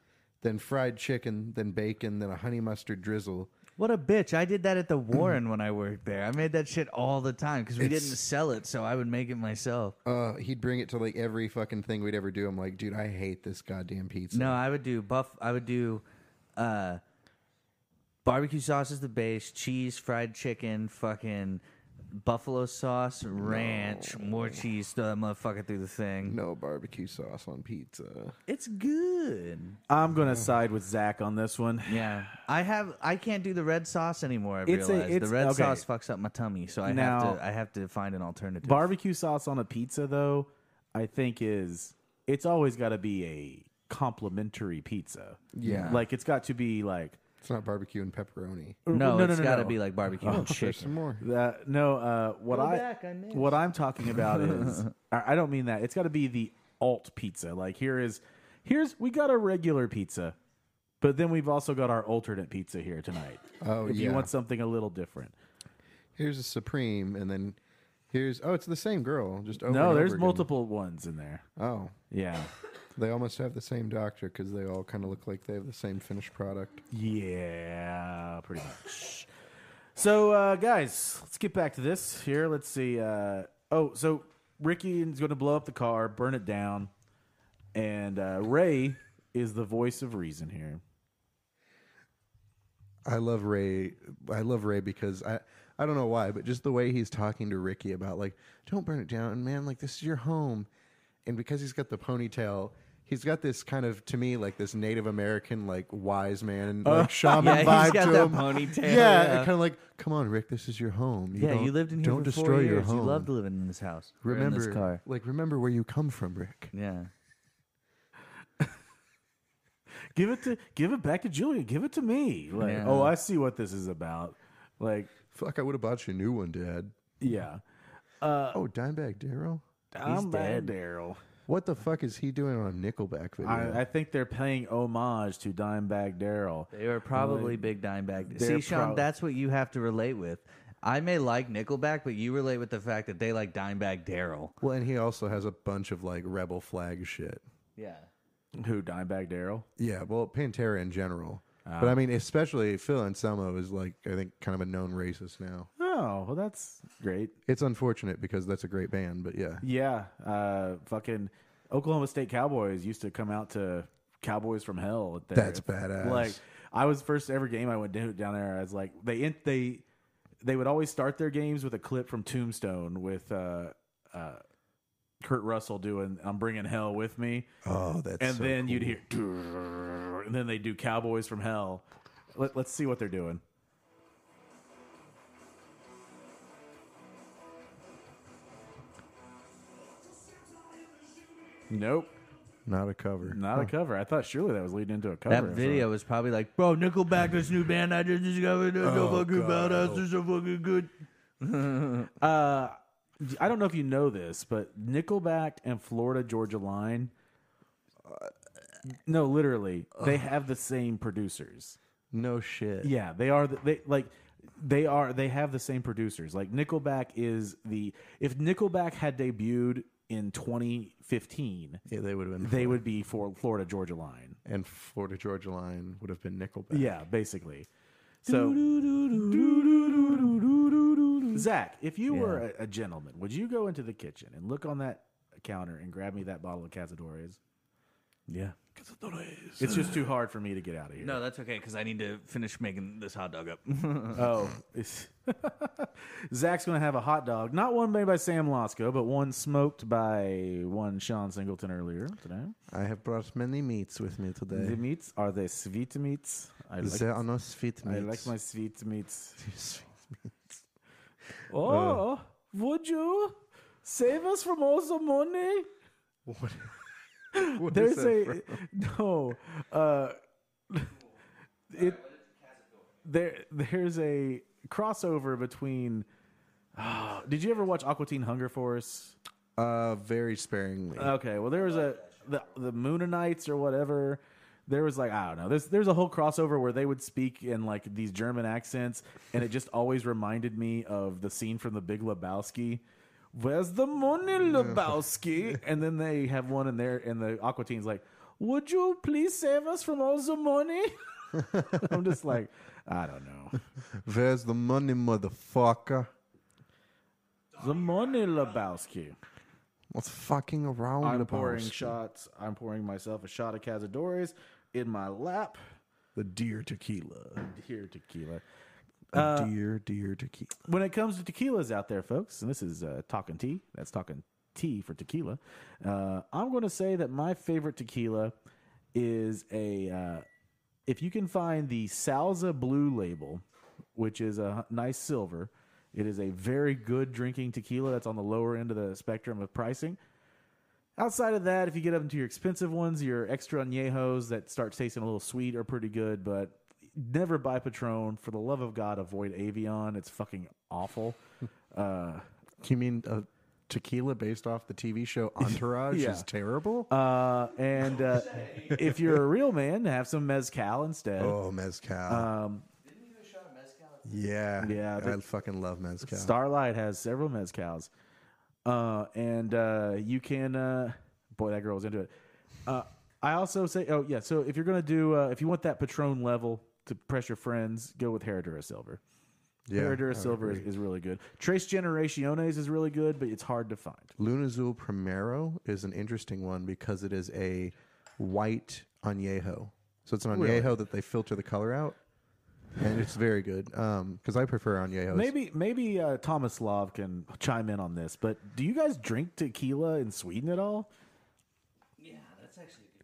then fried chicken, then bacon, then a honey mustard drizzle. What a bitch! I did that at the Warren when I worked there. I made that shit all the time because we didn't sell it, so I would make it myself. Uh, he'd bring it to like every fucking thing we'd ever do. I'm like, dude, I hate this goddamn pizza. No, I would do buff. I would do uh, barbecue sauce as the base, cheese, fried chicken, fucking buffalo sauce, ranch, more cheese. Throw that motherfucker through the thing. no barbecue sauce on pizza. It's good. I'm going to side with Zach on this one. Yeah, I have. I can't do the red sauce anymore. I It's a- realize it's- the red okay. sauce fucks up my tummy, so I Now- have to. I have to find an alternative. Barbecue sauce on a pizza, though, I think is it's always got to be a complimentary pizza. Yeah. like it's got to be like It's not barbecue and pepperoni. no, no, it's no, got to no. be like barbecue and There's chicken. some more. That no, uh, what Go I, back, I missed. what I'm talking about is I, I don't mean that. It's got to be the alt pizza. Like here is here's we got a regular pizza, but then we've also got our alternate pizza here tonight. Oh, if you yeah. want something a little different. Here's a Supreme, and then here's oh, it's the same girl. Just over and no, over there's again. multiple ones in there. Oh, Yeah, they almost have the same doctor because they all kind of look like they have the same finished product. yeah, pretty much. So uh, guys, let's get back to this here. Let's see. Uh, oh, so Ricky is going to blow up the car, burn it down, and uh, Ray is the voice of reason here. I love Ray. I love Ray because I I don't know why, but just the way he's talking to Ricky about like don't burn it down, man. Like this is your home, and because he's got the ponytail. He's got this kind of, to me, like this Native American, like wise man, like shaman yeah, he's vibe got to that him. ponytail, Yeah, yeah. kind of like, come on, Rick, this is your home. Yeah, don't- you lived in here Don't for destroy four your years. home. You loved living in this house. or in remember this car. like remember where you come from rick Yeah. give it to give it back to Julia. Give it to me. Like, Yeah. oh, I see what this is about. Like, fuck i would have bought you a new one dad yeah, Uh, oh dimebag daryl I'm dead. bad, Daryl. what the fuck is he doing on a nickelback video I, I think they're paying homage to Dimebag Daryl. They were probably big Dimebag. they're See, Sean, prob- that's what you have to relate with. I may like Nickelback, but you relate with the fact that they like Dimebag Daryl. well and he also has a bunch of like rebel flag shit Yeah. Who Dimebag Daryl? yeah well pantera in general Ah. but i mean especially phil anselmo is like i think kind of a known racist now Oh, well, that's great. it's unfortunate because that's a great band but yeah Yeah, uh, fucking Oklahoma State Cowboys used to come out to Cowboys from Hell. At their, That's badass. Like I was first ever game I went to down there. I was like they in- they they would always start their games with a clip from Tombstone with uh, uh, Kurt Russell doing "I'm Bringing Hell with Me," oh that's and so then cool. you'd hear and then they do Cowboys from Hell. Let, let's see what they're doing. Nope. Not a cover. Not a cover. I thought surely that was leading into a cover. That or video was probably like, bro, Nickelback, this new band I just discovered, they're so fucking badass, they're so fucking good. Uh, I don't know if you know this, but Nickelback and Florida Georgia Line. uh, No, literally, they have the same producers. No shit. Yeah, they are. The, they like they are. They have the same producers. Like Nickelback is the if Nickelback had debuted in 2015, Yeah, they would have been. they would be for Florida Georgia Line. and Florida Georgia Line would have been Nickelback. Yeah, basically. So, Zach, if you were a, a gentleman, would you go into the kitchen and look on that counter and grab me that bottle of Cazadores? Yeah. It's just too hard for me to get out of here. No, that's okay, because I need to finish making this hot dog up. Oh, it's- Zach's going to have a hot dog, not one made by Sam Losco, but one smoked by one Sean Singleton earlier today. I have brought many meats with me The today. meats are they sweet meats? I like, There are no sweet I meats. like my sweet meats. Sweet Oh, Uh. would you save us from all the money? meats. What There's is that a from? no. Uh, it there there's a crossover between. ah, did you ever watch Aqua Teen Hunger Force? Uh, very sparingly. Okay, well there was a the the Moonanites or whatever. There was like I don't know. There's there's a whole crossover where they would speak in like these German accents, and it just always reminded me of the scene from The Big Lebowski. Where's the money, Lebowski? and then they have one in there, and the Aqua Teen's like, "Would you please save us from all the money?" I'm just like, I don't know. Where's the money, motherfucker? The money, Lebowski. What's fucking around? I'm about? pouring shots. I'm pouring myself a shot of Cazadores in my lap. the deer tequila. Here, tequila. The Uh, deer, deer tequila. When it comes to tequilas out there, folks, and this is uh, talking tea. That's talking tea for tequila. Uh, I'm going to say that my favorite tequila is a. Uh, if you can find the Salsa Blue label, which is a h- nice silver, it is a very good drinking tequila that's on the lower end of the spectrum of pricing. Outside of that, if you get up into your expensive ones, your extra añejos that start tasting a little sweet are pretty good, but never buy Patron. For the love of God, avoid Avion. It's fucking awful. Uh, You mean uh, tequila based off the TV show Entourage Yeah. is terrible? uh, and uh, if you're a real man, have some Mezcal instead. oh, mezcal. Um, yeah, yeah, I the- fucking love mezcal. Starlight has several mezcals, uh, and uh, you can. Uh, boy, that girl was into it. Uh, I also say, oh yeah. So if you're gonna do, uh, if you want that Patron level to press your friends, go with Herradura Silver. Yeah, I Herradura would Silver is, agree. is really good. Trace Generaciones is really good, but it's hard to find. Lunazul Primero is an interesting one because it is a white añejo. So it's an añejo that they filter the color out, and it's very good. Um, because I prefer añejos. Maybe maybe uh, Thomas Lav can chime in on this. But do you guys drink tequila in Sweden at all?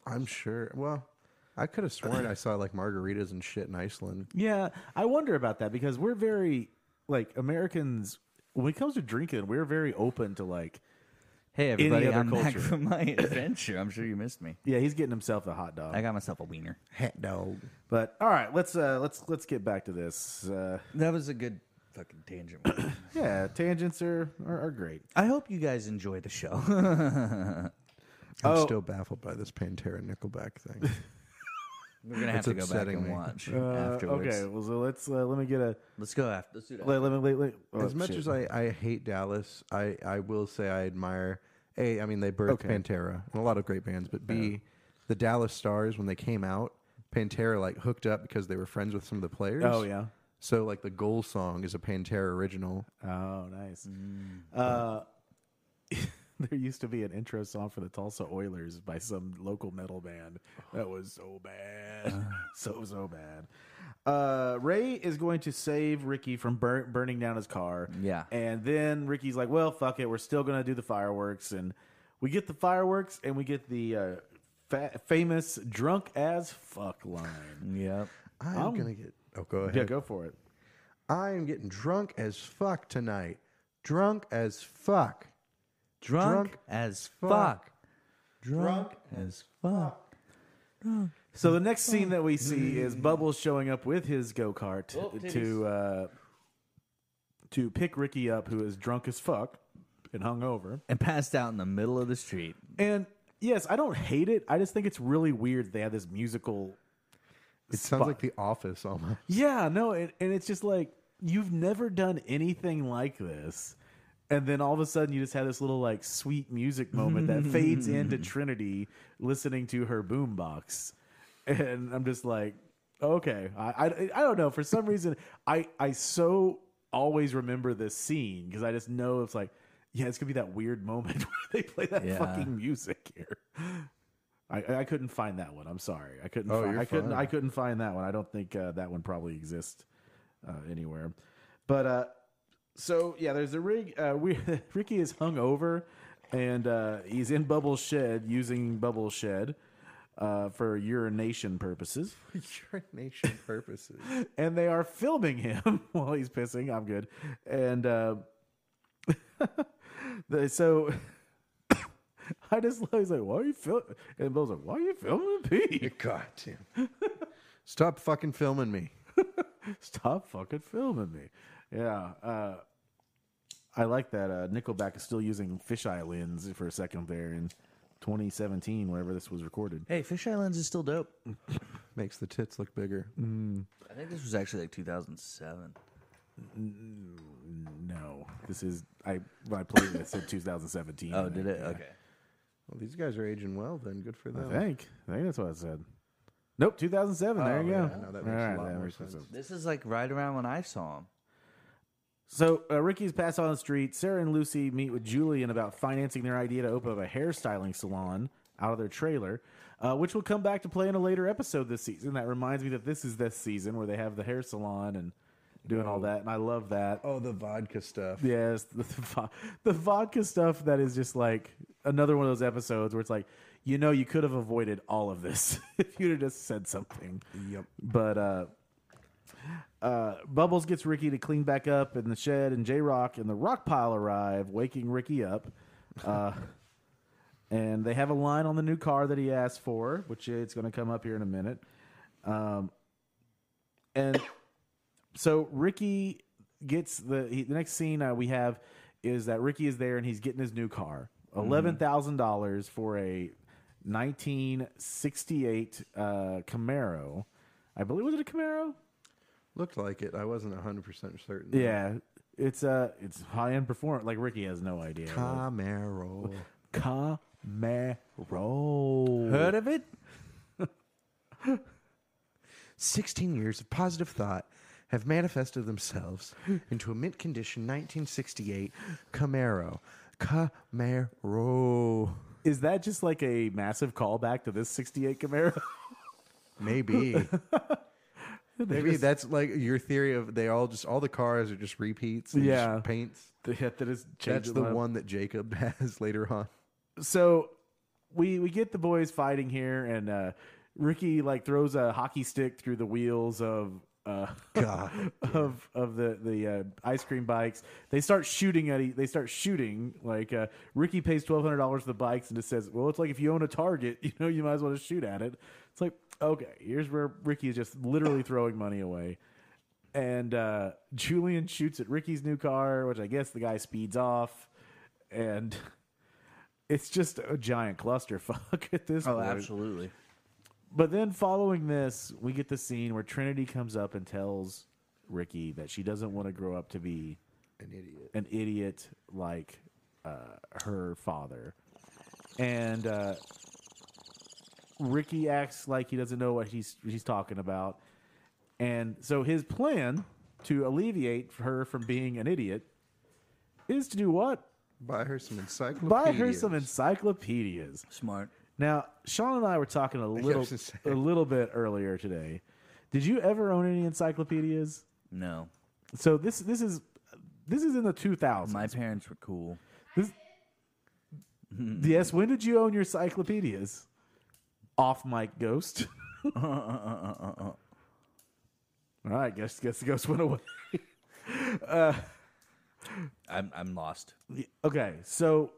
I'm sure. Well, I could have sworn I saw like margaritas and shit in Iceland. Yeah, I wonder about that because we're very like Americans when it comes to drinking, we're very open to like hey, everybody, other I'm back culture. from my adventure. I'm sure you missed me. yeah, he's getting himself a hot dog. I got myself a wiener. Hat dog. But all right, let's uh let's let's get back to this. Uh That was a good fucking tangent. yeah, tangents are are, are great. I hope you guys enjoy the show. I'm Oh. still baffled by this Pantera Nickelback thing. We're gonna have It's to go back upsetting and me. watch Uh, afterwards. okay, well so let's uh, let me get a Let's go after. Let's do that. let, let me let, let- oh, as much shit. as I, I hate Dallas, I, I will say I admire A, I mean they birthed Pantera and a lot of great bands, but B, the Dallas Stars when they came out, Pantera like hooked up because they were friends with some of the players. Oh yeah. So like the goal song is a Pantera original. Oh, nice. Uh There used to be an intro song for the Tulsa Oilers by some local metal band. That was so bad. so, so bad. Uh, Ray is going to save Ricky from bur- burning down his car. Yeah. And then Ricky's like, well, fuck it. We're still going to do the fireworks. And we get the fireworks and we get the uh, fa- famous drunk as fuck line. Yep. I'm, I'm- gonna get Oh go ahead. yeah, go for it. I am getting drunk as fuck tonight. Drunk as fuck. Drunk, Drunk as fuck. fuck. Drunk as fuck. So the next scene that we see is Bubbles showing up with his go kart to uh, to pick Ricky up, who is drunk as fuck and hungover. And passed out in the middle of the street. And yes, I don't hate it. I just think it's really weird. They have this musical. It sounds like The Office almost. Yeah, no, and, and it's just like you've never done anything like this, and then all of a sudden you just have this little like sweet music moment that fades into Trinity listening to her boombox, and I'm just like, okay, I, I I don't know. For some reason, I I so always remember this scene because I just know it's like. Yeah, it's gonna be that weird moment where they play that Yeah. fucking music here. I, I couldn't find that one. I'm sorry. I couldn't. Oh, fi- you're I couldn't. fine. I couldn't find that one. I don't think uh, that one probably exists uh, anywhere. But uh, so yeah, there's a rig. Uh, we Ricky is hung over, and uh, he's in Bubble Shed using Bubble Shed uh, for urination purposes, Urination purposes. and they are filming him while he's pissing. I'm good, and uh, they, so. I just he's like, why are you filming? And Bill's like, why are you filming pee? God damn. Stop fucking filming me. stop fucking filming me. Yeah. Uh, I like that uh, Nickelback is still using fisheye lens for a second there in 2017, whenever this was recorded. Hey, Fish Islands is still dope. Makes the tits look bigger. I think this was actually like 2007. No, this is I when I played it, it said 2017. Oh, did it? Okay. Well, these guys are aging well. Then good for I them. think I think that's what I said. Nope, 2007. there you Oh, yeah, go. no, that makes All a right, lot that more makes sense. This is like right around when I saw him. So uh, Ricky's passed on the street. Sarah and Lucy meet with Julian about financing their idea to open up a hairstyling salon out of their trailer, uh, which will come back to play in a later episode this season. That reminds me that this is this season where they have the hair salon and doing all that, and I love that. Oh, the vodka stuff. Yes, the, vo- the vodka stuff that is just like another one of those episodes where it's like, you know, you could have avoided all of this if you'd have just said something. Yep. But uh, uh, Bubbles gets Ricky to clean back up in the shed, and J Rock and the Rock Pile arrive, waking Ricky up. Uh, and they have a line on the new car that he asked for, which it's going to come up here in a minute. Um, and so Ricky gets the he, the next scene uh, we have is that Ricky is there and he's getting his new car, eleven thousand dollars for a nineteen sixty eight uh, Camaro. I believe was it a Camaro? Looked like it. I wasn't hundred percent certain. Yeah, it's uh it's high end performance. Like Ricky has no idea. Camaro. Camaro. Heard of it? Sixteen years of positive thought have manifested themselves into a mint condition 1968 Camaro. Camaro. Is that just like a massive callback to this '68 Camaro? Maybe. They're Maybe just- that's like your theory of they all just all the cars are just repeats. And Yeah. Just paints. they have to just change That's it the up. one that Jacob has later on. so we we get the boys fighting here and uh ricky like throws a hockey stick through the wheels of uh God. of of the the uh, ice cream bikes they start shooting at e- they start shooting like uh ricky pays $1200 for the bikes and just says well it's like if you own a target you know you might as well just shoot at it it's like okay here's where ricky is just literally throwing money away and uh, Julian shoots at Ricky's new car, which I guess the guy speeds off, and it's just a giant clusterfuck at this Oh, point. absolutely. But then following this, we get the scene where Trinity comes up and tells Ricky that she doesn't want to grow up to be An idiot. an idiot like uh, her father. And uh, Ricky acts like he doesn't know what he's he's talking about. And so his plan to alleviate her from being an idiot is to do what? Buy her some encyclopedias. Buy her some encyclopedias. Smart. Now, Sean and I were talking a little was just a little bit earlier today. Did you ever own any encyclopedias? No. So this this is this is in the 2000s. My parents were cool. This- yes, when did you own your cyclopedias? Off mic ghost. All right, guess guess the ghost went away. I'm I'm lost. Okay, so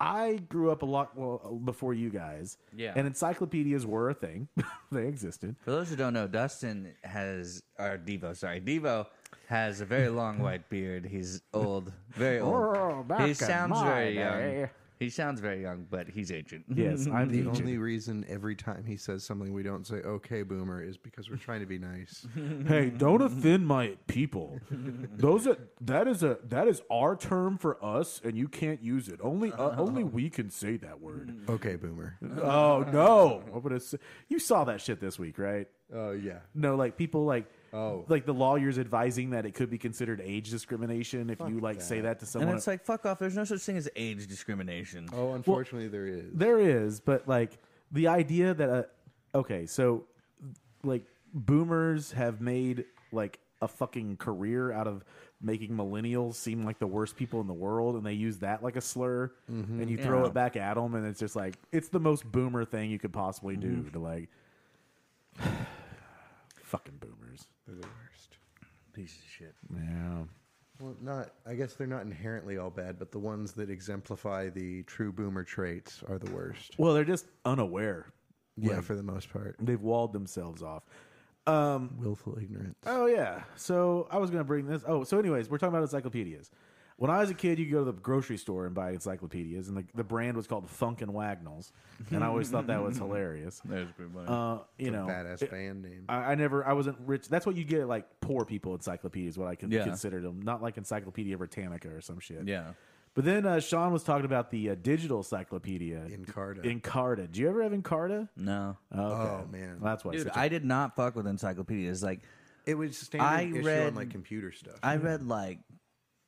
I grew up a lot well, before you guys. Yeah. And encyclopedias were a thing, they existed. For those who don't know, Dustin has or Devo, sorry, Devo has a very long white beard. He's old, very old. Oh, back he in sounds my very day. young. He sounds very young, but he's ancient. Yes, I'm The ancient. only reason every time he says something we don't say "Okay, Boomer" is because we're trying to be nice. hey, don't offend my people. Those are, that is a that is our term for us, and you can't use it. Only uh, only we can say that word. okay, Boomer. oh no! What would I say? You saw that shit this week, right? Oh yeah. No, like people like. Oh. Like the lawyers advising that it could be considered age discrimination if you like say that to And someone. it's like, fuck off. There's no such thing as age discrimination. Oh, unfortunately, there is. There is, but like the idea that uh, okay, so like boomers have made like a fucking career out of making millennials seem like the worst people in the world, and they use that like a slur, and you throw Yeah. it back at them, and it's just like it's the most boomer thing you could possibly do to like fucking boomers. They're the worst. Piece of shit. Yeah, Well, not. I guess they're not inherently all bad, but the ones that exemplify the true Boomer traits are the worst. well, they're just unaware. Yeah, for the most part, They've walled themselves off. Um, willful ignorance. Oh yeah. So I was gonna bring this. Oh, so anyways, we're talking about encyclopedias. When I was a kid, you could go to the grocery store and buy encyclopedias, and the, the brand was called Funk and Wagnalls, and I always thought that was hilarious. There's pretty much. Uh, you know, Badass it- band name. I, I never, I wasn't rich. That's what you get at, like poor people encyclopedias. What I con- Yeah. considered them, not like Encyclopedia Britannica or some shit. yeah. But then uh, Sean was talking about the uh, digital encyclopedia Encarta. Encarta. Do you ever have Encarta? No. Oh man, That's why. it's Dude, such a- I did not fuck with encyclopedias. Like, it was standard I issue read- on like computer stuff. I read like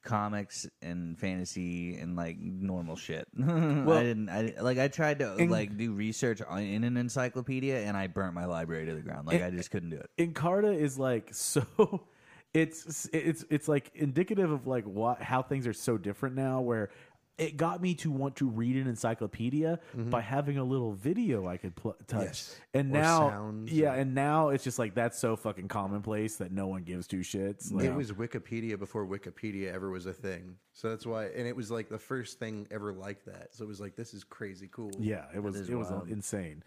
comics and fantasy and like normal shit. I didn't. I like. I tried to like do research on, in an encyclopedia, and I burnt my library to the ground. Like I just couldn't do it. Encarta is like so it's it's it's like indicative of like what how things are so different now where it got me to want to read an encyclopedia by having a little video I could pl- touch. Mm-hmm. Yes. And Or now sounds yeah, and now it's just like that's so fucking commonplace that no one gives two shits. Like, It was Wikipedia before Wikipedia ever was a thing. So that's why, and it was like the first thing ever like that. So it was like, this is crazy cool. yeah, it was is it was wild. insane.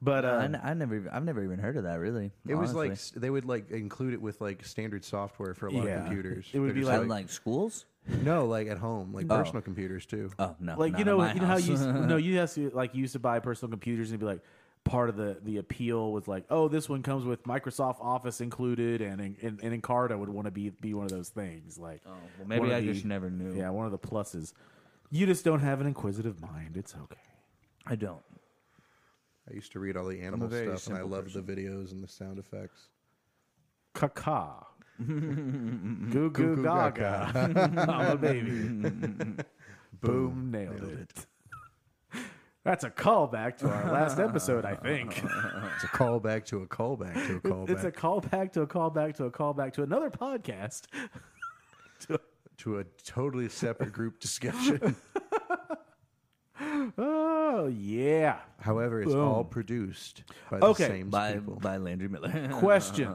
But uh, I, n- I never. Even, I've never even heard of that. Really. It was like, honestly. s- they would like include it with like standard software for a lot Yeah. of computers. It would They're be just At, like, schools. no, like at home, like Oh. personal computers too. Oh no. like not you in know my you know how you house. used, no you used to like you used to buy personal computers and it'd be like part of the the appeal was like oh this one comes with Microsoft Office included and and, and Encarta would want to be be one of those things like oh well, maybe I just never knew. yeah one of the pluses you just don't have an inquisitive mind it's okay I don't. I used to read all the animal very stuff, and I simple loved the videos and the sound effects. caca goo goo gaga I'm a baby boom nailed, it. That's a callback to our last episode, I think. It's a callback to a callback to a callback It's a callback to a callback to a callback to another podcast. to a totally separate group discussion. Oh yeah. However, it's all produced by the Okay. same By people. by Landry Miller. Uh, Question.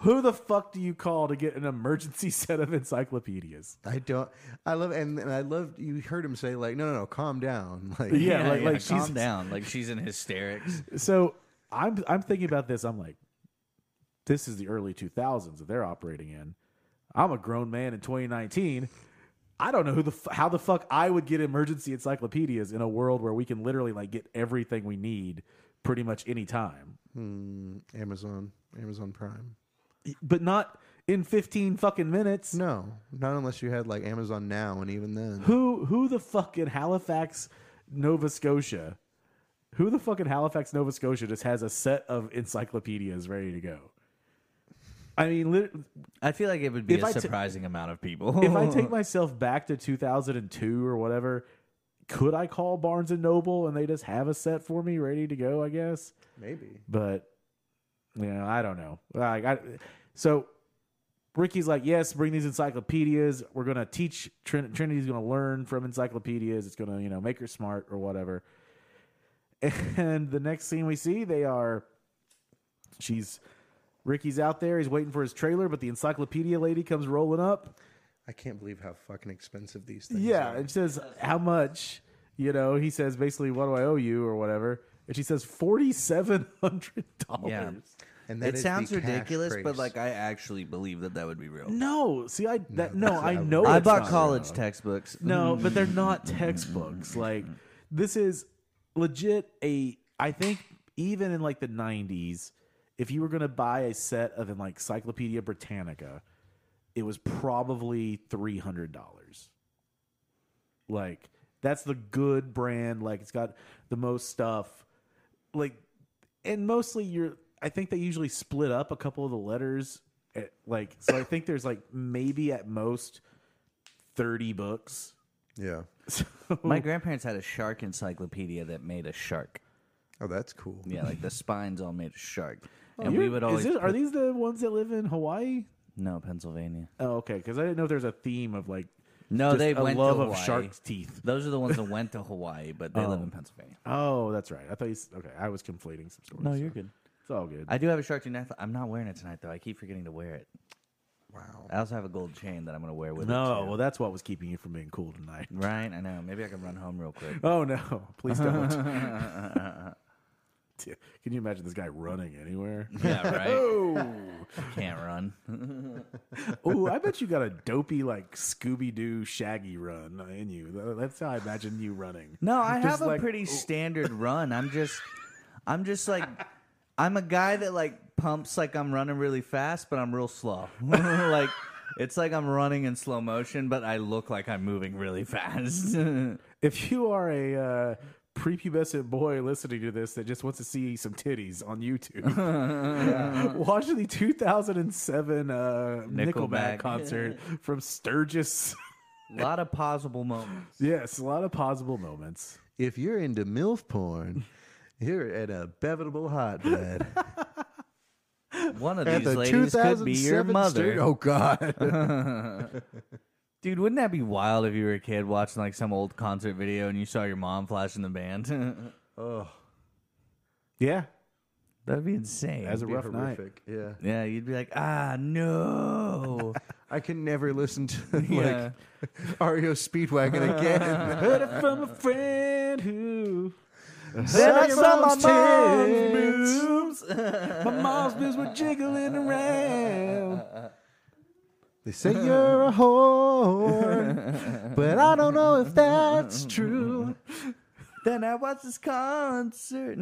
Who the fuck do you call to get an emergency set of encyclopedias? I don't. I love and, and I love. You heard him say like, no, no, no, calm down. Like, Yeah. yeah, like- yeah, like she's- calm down. Like she's in hysterics. So I'm I'm thinking about this. I'm like, this is the early 2000s that they're operating in. I'm a grown man in 2019. I don't know who the f- how the fuck I would get emergency encyclopedias in a world where we can literally like get everything we need pretty much any time. Amazon, Amazon Prime. but not in 15 fucking minutes. No, not unless you had like Amazon Now, and even then, Who who the fuck in Halifax, Nova Scotia? Who the fuck in Halifax, Nova Scotia just has a set of encyclopedias ready to go? I mean, lit- I feel like it would be If a I ta- surprising amount of people. if I take myself back to 2002 or whatever, could I call Barnes and Noble and they just have a set for me ready to go, I guess? maybe. but you know, I don't know. Like, I, so Ricky's like, yes, bring these encyclopedias. We're gonna teach Trin- Trinity's gonna learn from encyclopedias. It's gonna you know make her smart or whatever. And the next scene we see, they are, she's, Ricky's out there. He's waiting for his trailer, but the encyclopedia lady comes rolling up. I can't believe how fucking expensive these things Yeah, are. and she says, How much? You know, he says basically, What do I owe you or whatever? And she says, Forty seven hundred dollars. Yeah. And that It is the sounds cash ridiculous, but price. like I actually believe that that would be real. No, see I that no, that's- I I would- know I it's bought not college real. textbooks. No, but they're not textbooks. Like this is legit a I think even in like the 90s if you were going to buy a set of an like Encyclopedia Britannica it was probably $300. Like that's the good brand like it's got the most stuff like and mostly you're I think they usually split up a couple of the letters eh, like so I think there's like maybe at most 30 books yeah. so, My grandparents had a shark encyclopedia that made a shark. Oh, that's cool. Yeah, like the spines all made a shark. And You- we would Oh, is always it- are put- these the ones that live in Hawaii? No, Pennsylvania. Oh, okay. Because I didn't know if there's a theme of like No, just they a went love to of Hawaii. shark's teeth. Those are the ones that went to Hawaii, but they live in Pennsylvania. Oh, that's right. I thought you. s- Okay, I was conflating some stories. so good. It's all good. I do have a shark tooth necklace. I'm not wearing it tonight though. I keep forgetting to wear it. Wow. I also have a gold chain that I'm gonna wear with it. no, too. well, that's what was keeping you from being cool tonight. Right, I know. Maybe I can run home real quick. Oh no! Please don't. Dude, Can you imagine this guy running anywhere? Yeah, right. Can't run. Oh, I bet you got a dopey like Scooby Doo Shaggy run in you. Th- That's how I imagine you running. No, I have Just a like- pretty standard run. I'm just, I'm just like, I'm a guy that like pumps like I'm running really fast, but I'm real slow. like it's like I'm running in slow motion, but I look like I'm moving really fast. If you are a uh, prepubescent boy listening to this that just wants to see some titties on YouTube, watch the 2007 uh, Nickelback. Nickelback. concert from Sturgis. a lot of possible moments. yes, a lot of possible moments. If you're into MILF porn, you're at a bevitable hotbed. One of at these the ladies could be your 2007 mother. Stur- oh, God. Dude, wouldn't that be wild if you were a kid watching like some old concert video and you saw your mom flashing the band? Yeah, That'd be insane. as a rough night. Horrific. Yeah. yeah, you'd be like, ah, no. I can never listen to like Yeah. REO Speedwagon again. Heard it from a friend who. Then Saw I your saw my mom's mom's boobs. My mom's boobs were jiggling around. They say you're a whore, but I don't know if that's true. then I watched this concert.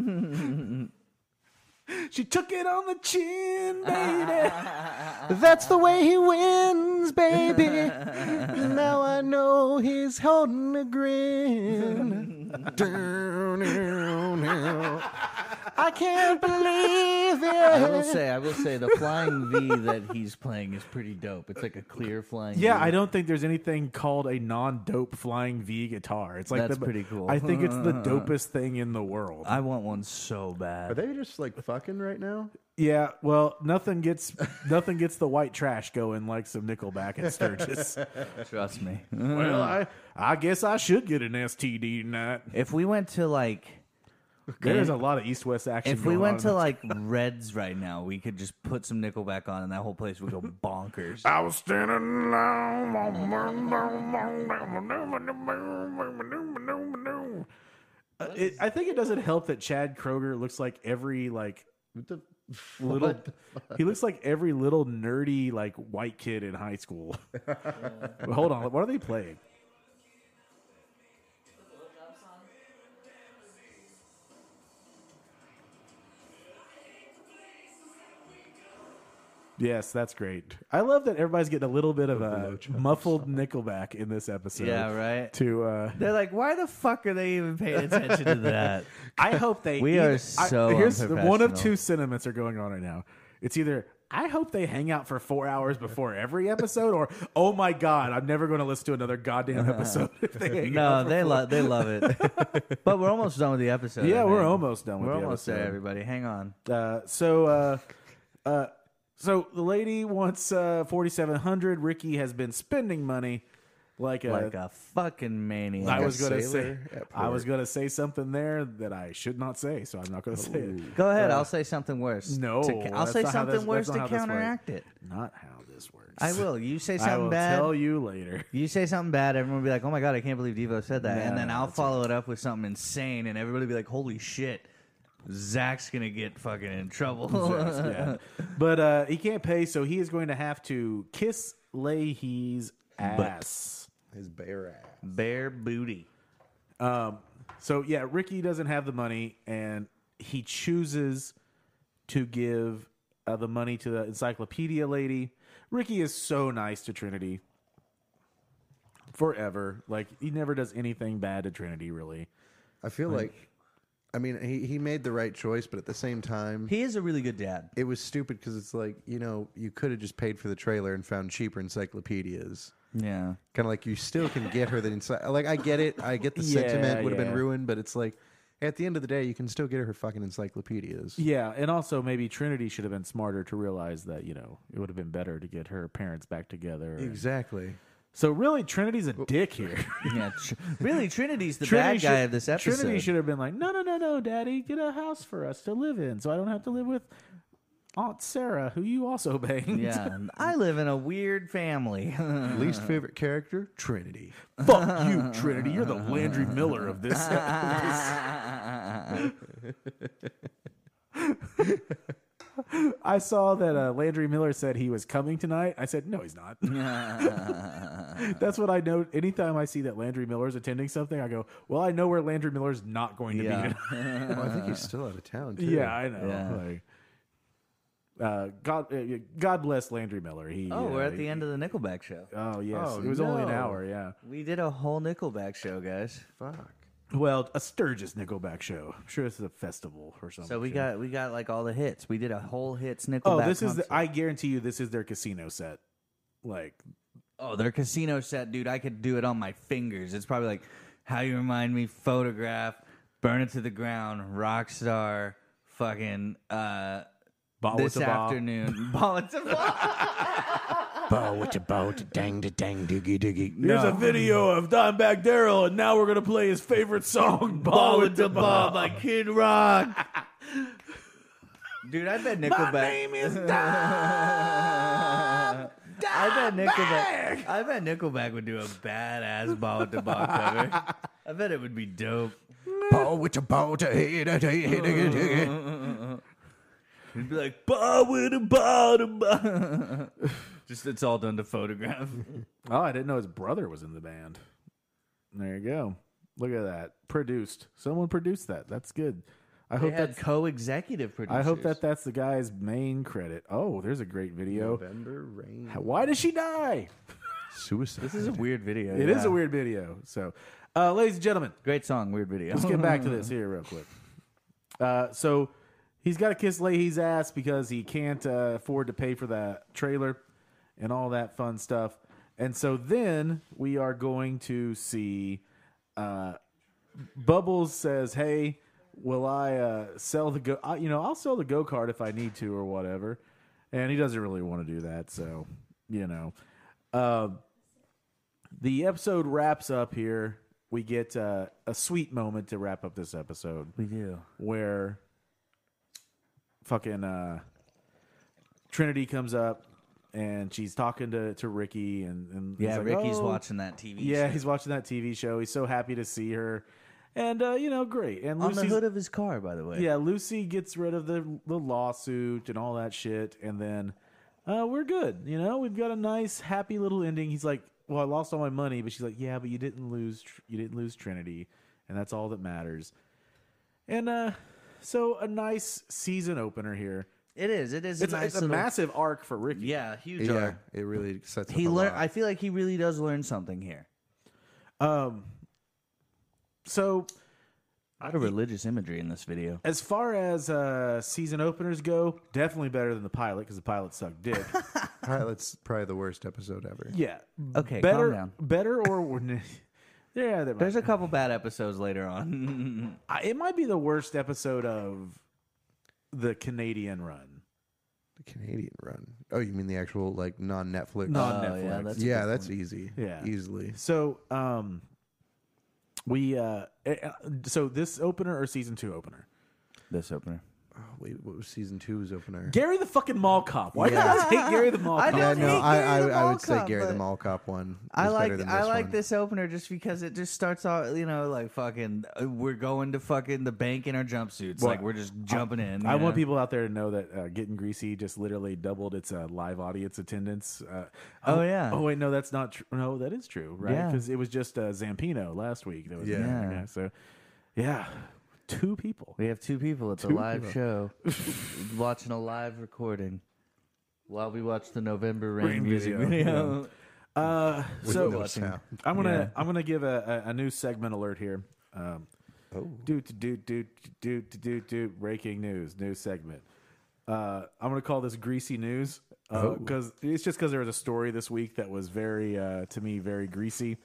She took it on the chin, baby. That's the way he wins, baby. now I know he's holding a grin. I can't believe I it. will say, I will say, the flying V that he's playing is pretty dope. It's like a clear flying. Yeah, V. I don't think there's anything called a non-dope flying V guitar. It's like That's the, pretty cool. I think it's the dopest thing in the world. I want one so bad. they just like fucking right now? yeah, well, nothing gets nothing gets the white trash going like some Nickelback and Sturgis. Trust me. well, I I guess I should get an STD tonight. if we went to like, There's a lot of East West action. if we going went on. to like Reds right now, we could just put some Nickelback on, and that whole place would go bonkers. I was standing alone. Uh, it- I think it doesn't help that Chad Kroger looks like every like little. He looks like every little nerdy like white kid in high school. Hold on, what are they playing? Yes, that's great. I love that everybody's getting a little bit of a muffled Nickelback in this episode. Yeah, right. To uh, They're like, why the fuck are they even paying attention to that? I hope they. We either- are so I, here's the- one of unprofessional. two sentiments are going on right now. It's either I hope they hang out for four hours before every episode, or oh my god, I'm never going to listen to another goddamn episode if they hang No, out. they love they love it. but we're almost done with the episode. Yeah, I we're think. almost done with We're the almost there, episode. everybody. Hang on. Uh, so, uh, uh, so the lady wants uh, 4,700. Ricky has been spending money. like a like a fucking maniac. I a was gonna say sailor at I was port. gonna say something there that I should not say, so I'm not gonna say it. Go ahead. I'll say something worse. no, to ca- I'll that's say not how something this- worse that's to not how this counteract it. Not how this works. I will. You say I something will bad. tell you later. You say something bad, everyone will be like, "Oh my god, I can't believe Devo said that," and No, then no, I'll that's follow it up with something insane, and everybody will be like, "Holy shit, Zach's gonna get fucking in trouble." Yeah. But uh, he can't pay, so he is going to have to kiss Leahy's ass. His bare ass. Bare booty. So yeah, Ricky doesn't have the money, and he chooses to give uh, the money to the encyclopedia lady. Ricky is so nice to Trinity forever. Like he never does anything bad to Trinity, really. I feel like, I mean, he, he made the right choice, but at the same time, He is a really good dad. it was stupid because it's like, you know, you could have just paid for the trailer and found cheaper encyclopedias. Yeah. Kind of like you still can get her the inside. Like, I get it. I get the sentiment Yeah, would have yeah. been ruined, but it's like, at the end of the day, you can still get her her fucking encyclopedias. Yeah, and also maybe Trinity should have been smarter to realize that you know it would have been better to get her parents back together. Exactly. So really, Trinity's a dick here. Yeah. Tr- really, Trinity's the Trinity bad guy should- of this episode. Trinity should have been like, no, no, no, no, Daddy, get a house for us to live in, so I don't have to live with Aunt Sarah, who you also banged. Yeah. I live in a weird family. Least favorite character, Trinity. Fuck you, Trinity. You're the Landry Miller of this. I saw that uh, Landry Miller said he was coming tonight. I said, no, he's not. That's what I know. Anytime I see that Landry Miller's attending something, I go, well, I know where Landry Miller's not going to be Yeah. tonight. Well, I think he's still out of town, too. Yeah, I know. Yeah. Like, uh, God, uh, God bless Landry Miller. He. oh, uh, we're at the end of the Nickelback show. Oh yes, Oh, it was only an no. hour. Yeah. We did a whole Nickelback show, guys. Fuck. Well, a Sturgis Nickelback show. I'm sure this is a festival or something. So we got we got like all the hits. We did a whole hits Nickelback. Oh, this is. concert. The, I guarantee you, this is their casino set. Like, Oh, their casino set, dude. I could do it on my fingers. It's probably like how you remind me, photograph, burn it to the ground, rockstar, fucking uh ball this with a ball. afternoon. Ball it's a ball. Bow with a bow to dang to dang doogie doogie. Here's a video of Don Bagdaryl, and now we're gonna play his favorite song, "Ball with the Ball" by Kid Rock. Dude, I bet My Nickelback name is Don. I bet Nickelback I bet Nickelback would do a badass ball with the ball cover. I bet it would be dope. Bow with a bow to hey da hey hey doogie doogie. It'd be like ball with a ball to ball. Just it's all done to photograph. Oh, I didn't know his brother was in the band. There you go. Look at that. Produced. Someone produced that. That's good. I They hope had that co-executive producers. I hope that that's the guy's main credit. Oh, there's a great video. November rain. Why does she die? Suicide. this is a weird video. It is a weird video. So, uh, ladies and gentlemen, Great song, weird video. let's get back to this here real quick. Uh, so he's got to kiss Leahy's ass because he can't uh, afford to pay for that trailer and all that fun stuff. And so then we are going to see uh, Bubbles says, "Hey, will I uh, sell the go? I, you know, I'll sell the go kart if I need to or whatever." And he doesn't really want to do that, so you know. Uh, the episode wraps up here. We get uh, a sweet moment to wrap up this episode We do. where fucking uh, Trinity comes up and she's talking to, to Ricky and, and Yeah, he's like, Ricky's "Oh, watching that TV. Yeah, show. he's watching that TV show. He's so happy to see her, and uh, you know, great. And on the Lucy's- hood of his car, by the way. yeah, Lucy gets rid of the the lawsuit and all that shit, and then uh, we're good. You know, we've got a nice, happy little ending. He's like, "Well, I lost all my money," but she's like, "Yeah, but you didn't lose. Tr- You didn't lose Trinity, and that's all that matters." And uh, so, a nice season opener here. it is. It is. It's, a, nice it's a little- massive arc for Ricky. Yeah, huge. Yeah, arc. it really sets He up a learned. lot. I feel like he really does learn something here. Um. So A lot of religious imagery in this video. As far as uh, season openers go, definitely better than the pilot because the pilot sucked dick. Pilot's probably the worst episode ever. yeah. Okay, Better, calm down. better or yeah, there might, There's a couple bad episodes later on. I- it might be the worst episode of the Canadian run. The Canadian run. Oh, you mean the actual like non Netflix? Non- On Oh, yeah, Netflix. that's a yeah, good that's e-, point. easy. Yeah. easily. So, um, we uh, eh, eh, so this opener or season two opener? this opener. Oh, wait, what was season two's opener? Gary the fucking mall cop. Why do you guys hate Gary the mall I cop? don't no, hate I Gary I, the I Mall would say Cop, Gary the but- Mall Cop one. I is like better than I this like one. this opener just because it just starts off, you know, like fucking uh, we're going to fucking the bank in our jumpsuits, like we're just jumping in. I you want know? people out there to know that uh, Getting Greasy just literally doubled its uh, live audience attendance. Uh, Oh, yeah. Oh wait, no, that's not true. No, that is true, right? Yeah. Because it was just uh, Zampino last week. That was Yeah. Yeah. yeah. So, yeah, two people. We have two people. It's a live show, watching a live recording while we watch the November Rain, Rain music video, video. Uh, so no sound. I'm gonna I'm gonna give a, a, a new segment alert here. Um, do to do do do do do do breaking news new segment. Uh, I'm gonna call this greasy news because it's just because there was a story this week that was very uh, to me very greasy,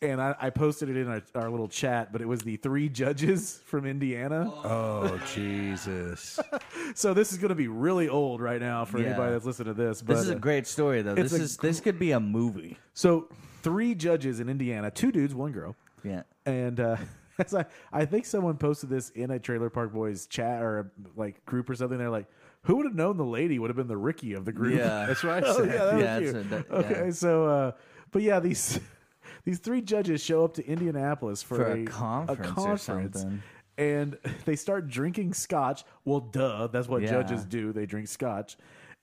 and I, I posted it in our, our little chat. But it was the three judges from Indiana. Oh Jesus! So this is gonna be really old right now for Yeah. anybody that's listening to this. But This is a uh, great story, though. it's This a is this could be a movie. so three judges in Indiana, two dudes, one girl. Yeah. And uh, as I, I think someone posted this in a Trailer Park Boys chat or like group or something. They're like, "Who would have known the lady would have been the Ricky of the group?" Yeah. That's what I oh, said. yeah, that Yeah, was you. that's what that- okay, yeah. so, uh, but yeah, these these three judges show up to Indianapolis for, For a conference or conference, something. and they start drinking scotch. Well, duh, that's what Yeah. judges do. They drink scotch,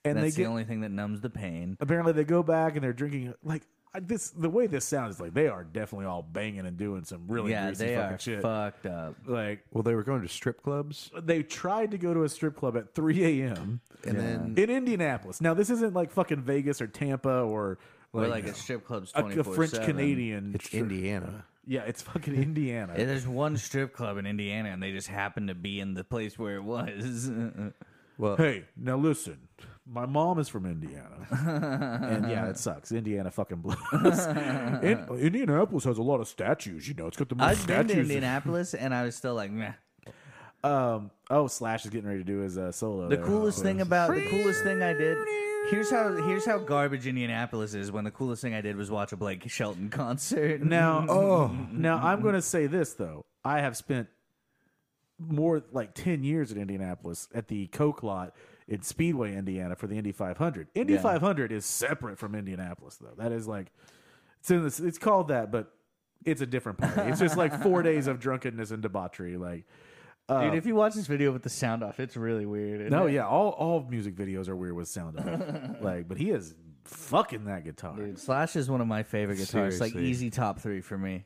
and That's they the get only thing that numbs the pain. apparently they go back and they're drinking like I- this. The way this sounds is like they are definitely all banging and doing some really yeah, greasy they fucking are shit. fucked up. Like Well, they were going to strip clubs, they tried to go to a strip club at 3 a.m. and then in Indianapolis. Now this isn't like fucking Vegas or Tampa or We're like, like a strip club's a, twenty a French Canadian. it's Indiana. yeah, it's fucking Indiana. Yeah, there's one strip club in Indiana, and they just happened to be in the place where it was. hey, now listen. My mom is from Indiana, and yeah, it sucks. Indiana fucking blows. In- Indianapolis has a lot of statues. You know, it's got the most I've been statues. to Indianapolis, and I was still like, meh. Um. Oh, Slash is getting ready to do his uh, solo. The there. coolest So- thing about the coolest thing I did. Here's how here's how garbage Indianapolis is. When the coolest thing I did was watch a Blake Shelton concert. Now, oh, now I'm going to say this though. I have spent more like ten years in Indianapolis at the Coke lot in Speedway, Indiana, for the Indy 500. Indy Yeah. 500 is separate from Indianapolis, though. That is like it's in this. It's called that, but it's a different party. It's just like four days of drunkenness and debauchery. Like, dude, if you watch this video with the sound off, it's really weird. isn't no, it? yeah, all all music videos are weird with sound. off. like, but he is fucking that guitar. Dude, Slash is one of my favorite guitarists. Like Seriously. easy top three for me.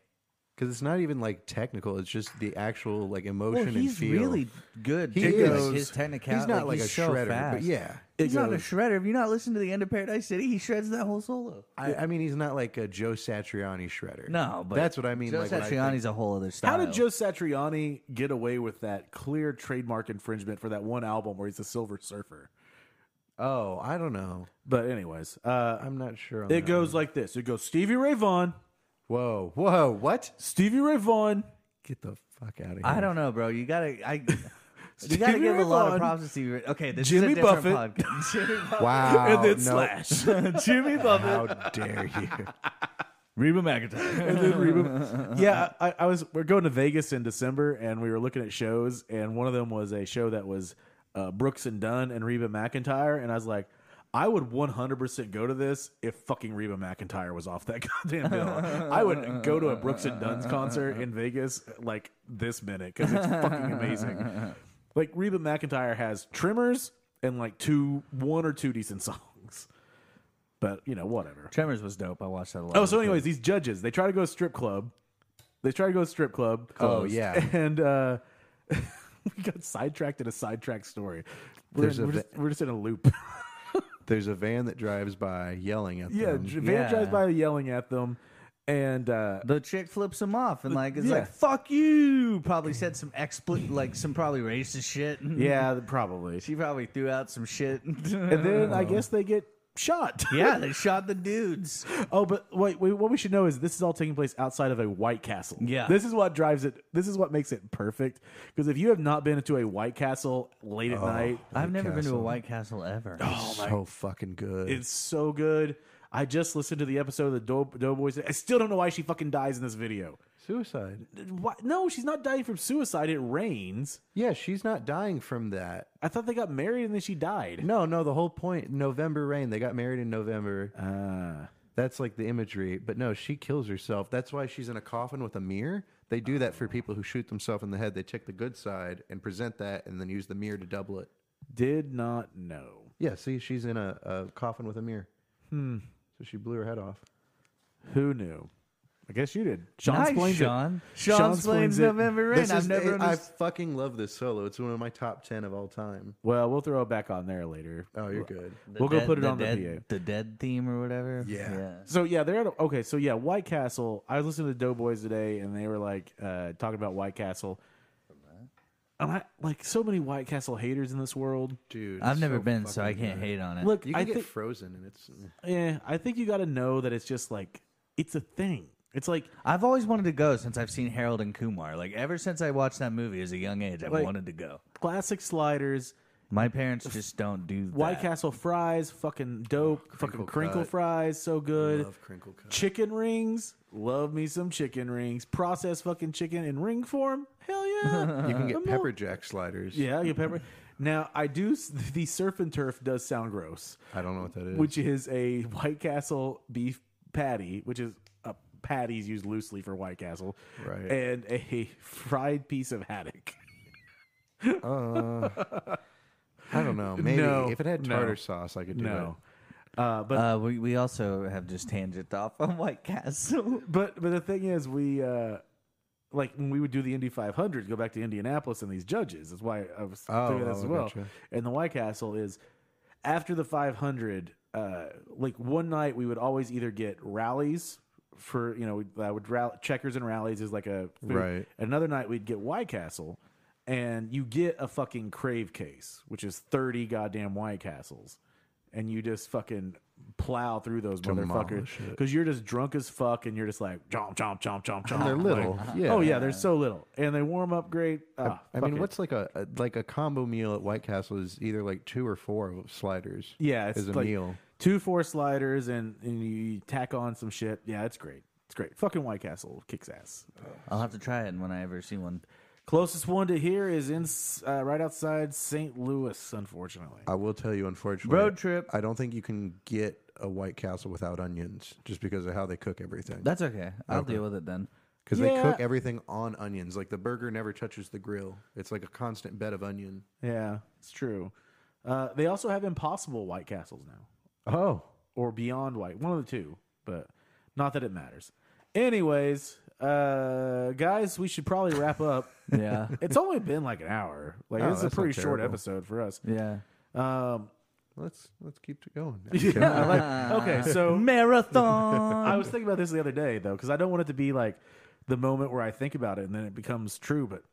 Because it's not even like technical; it's just the actual like emotion Well, and he's feel. really good. He dude. is. Like, his technicality. he's not like, he's a so shredder, fast. but yeah, He's not a shredder. If you not listen to the end of Paradise City, he shreds that whole solo. I, I mean, he's not like a Joe Satriani shredder. No, but that's what I mean. Joe like, when I think- Satriani's a whole other style. How did Joe Satriani get away with that clear trademark infringement for that one album where he's a Silver Surfer? oh, I don't know. But anyways, uh, I'm not sure. On it that goes like this: It goes Stevie Ray Vaughan, one. Whoa, whoa, what? Stevie Ray Vaughan, Get the fuck out of here! I don't know, bro. You gotta, I, you Stevie gotta give a lot Ray of props to Stevie. Ray. Okay, this is Jimmy a different podcast. Jimmy Buffett. Wow, and then Oh, no. Slash, Jimmy How Buffett, dare you? Reba McIntyre. and then Reba. Yeah, I, I was. We're going to Vegas in December, and we were looking at shows, and one of them was a show that was uh, Brooks and Dunn and Reba McIntyre, and I was like. I would 100% go to this if fucking Reba McIntyre was off that goddamn bill. I would go to a Brooks and Dunn's concert in Vegas like this minute because it's fucking amazing. Like Reba McIntyre has trimmers and like two, one or two decent songs, but you know whatever. Tremors was dope. I watched that a lot. Oh, so anyways, these judges they try to go to strip club. They try to go to strip club. Oh, yeah. and uh, we got sidetracked in a sidetrack story. We're, There's in- a we're ve- just, we're just in a loop. There's a van that drives by yelling at yeah, them. J- Van Yeah. drives by yelling at them, and uh, the chick flips him off and like is Yeah. like, "Fuck you!" Probably said some explicit, like some probably racist shit. yeah, probably. she probably threw out some shit. And then I guess they get shot. Yeah, they shot the dudes. Oh, but wait, wait, what we should know is this is all taking place outside of a White Castle. Yeah. This is what drives it. This is what makes it perfect. Because if you have not been to a White Castle late at night, I've never been to a Castle. White Castle ever. Oh, so fucking good. it's so good. I just listened to the episode of the Dope Doughboys. I still don't know why she fucking dies in this video. Suicide. Why? No, she's not dying from suicide. It rains. Yeah, she's not dying from that. I thought they got married and then she died. No, no, the whole point November rain. They got married in November. Uh, That's like the imagery. But no, she kills herself. That's why she's in a coffin with a mirror. They do that for people who shoot themselves in the head. They take the good side and present that and then use the mirror to double it. did not know. Yeah, see, she's in a, a coffin with a mirror. Hmm. So she blew her head off. Who knew? I guess you did. Sean nice, explains it. Sean. Sean Sean explains explains it. November Rain. This I've is- never. it- I underst- fucking love this solo. It's one of my top 10 of all time. Well, we'll throw it back on there later. Oh, you're good. The we'll go dead- put it on the dead, PA. The dead theme or whatever. Yeah. So yeah, they're at a, okay. So yeah, White Castle. I was listening to Doughboys today, and they were like uh, talking about White Castle. And I like so many White Castle haters in this world. Dude. I've it's never so been, so I fucking can't good. hate on it. Look, You can I get think frozen and it's. yeah, I think you got to know that it's just like it's a thing. It's like I've always wanted to go since I've seen Harold and Kumar. Like ever since I watched that movie as a young age, I've Like- wanted to go. classic sliders, My parents just don't do that. White Castle fries, fucking dope, fucking crinkle crinkle cut. fries, so good. Love crinkle cut. Chicken rings, love me some chicken rings. Processed fucking chicken in ring form, hell yeah. You can get I'm all- pepper jack sliders. Yeah, you pepper. Mm-hmm. Now I do. The surf and turf does sound gross, I don't know what that is. which is a White Castle beef patty, which is a patty's used loosely for White Castle, Right. And a fried piece of haddock. Uh, I don't know. Maybe No, if it had no, tartar sauce, I could do No, uh, but Uh, we we also have just tangent off on White Castle. but but the thing is, we uh, like when we would do the Indy 500, go back to Indianapolis and these judges. That's why I was Oh, doing this oh, as well. gotcha. And the White Castle is after the 500. Uh, like one night, we would always either get rallies for you know we- I would rally, checkers and rallies is like a food. Right. Another night we'd get White Castle, and you get a fucking crave case, which is 30 goddamn White Castles, and you just fucking plow through those motherfuckers Demolish it. because you're just drunk as fuck and you're just like chomp chomp chomp chomp chomp. it. They're little. Like, yeah. Oh yeah, they're so little, and they warm up great. Ah, I fuck mean, it. what's like a, a- like a combo meal at White Castle is either like two or four of sliders. yeah? It's is a like meal. two four sliders and and you tack on some shit. Yeah, it's great. It's great. Fucking White Castle kicks ass. I'll have to try it when I ever see one. Closest one to here is in uh, right outside St. Louis, unfortunately. I will tell you, unfortunately, Road trip. I don't think you can get a White Castle without onions, just because of how they cook everything. That's okay. I'll deal with it then. Because they Yeah. cook everything on onions. Like the burger never touches the grill. It's like a constant bed of onion. Yeah, it's true. Uh, they also have Impossible White Castles now, Oh, or Beyond White, one of the two, but not that it matters. Anyways, uh, guys, we should probably wrap up. Yeah. it's only been like an hour. Like Oh, this is a that's not pretty short terrible. episode for us. yeah. Um, let's let's keep it going. yeah, like, okay, so Marathon. I was thinking about this the other day though, because I don't want it to be like the moment where I think about it and then it becomes true. But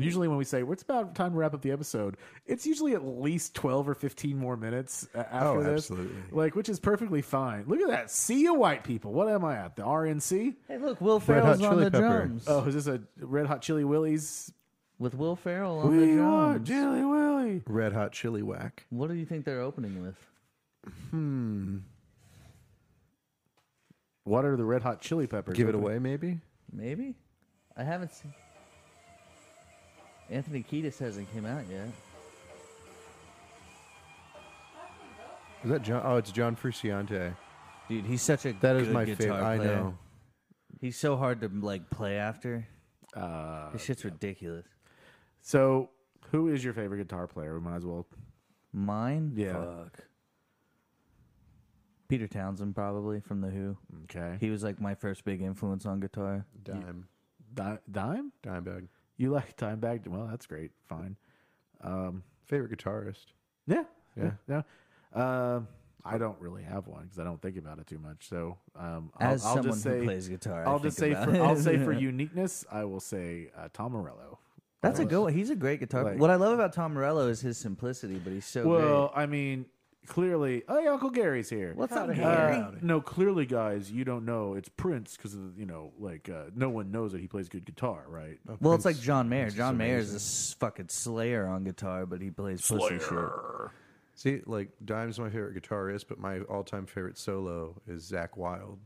usually when we say "Well, it's about time to wrap up the episode, it's usually at least twelve or fifteen more minutes uh, after Oh, this, absolutely. like which is perfectly fine. Look at that. See you, white people. What am I at? The RNC? hey, look, Will Hot Ferrell's on Chili the Pepper. drums Oh, is this a Red Hot Chili Willies? with Will Ferrell on the We are drums. Chili Willy. Red hot chili whack. What do you think they're opening with? What are the Red Hot Chili Peppers? Give it opening? away, maybe. Maybe. I haven't seen. Anthony Kiedis hasn't came out yet. Is that John? Oh, it's John Frusciante. Dude, he's such a That is good my guitar favorite. I player. know. He's so hard to like play after. Uh, This shit's ridiculous. so, who is your favorite guitar player? We might as well. Mine? Yeah. Fuck. Peter Townsend probably from the Who. Okay. He was like my first big influence on guitar. Dime, Di- Dime? dime bag. You like time bagged? Well, that's great. Fine. Um, Favorite guitarist. yeah, yeah, yeah. Yeah. Um, I don't really have one because I don't think about it too much. So, um, I'll, As I'll someone just say, who plays guitar, I I'll just say, think about for, it. I'll say for uniqueness, I will say uh, Tom Morello. That's a good one. He's a great guitar. Like- what I love about Tom Morello is his simplicity, but he's so Well, I mean, clearly, hey, Uncle Gary's here. What's up, Uh, Gary? no, clearly, guys, you don't know it's Prince because you know, like, uh, no one knows that he plays good guitar, right? well, it's like John Mayer. John Mayer is a s- fucking slayer on guitar, but he plays pussy shit. See, like Dime's my favorite guitarist, but my all-time favorite solo is Zach Wild,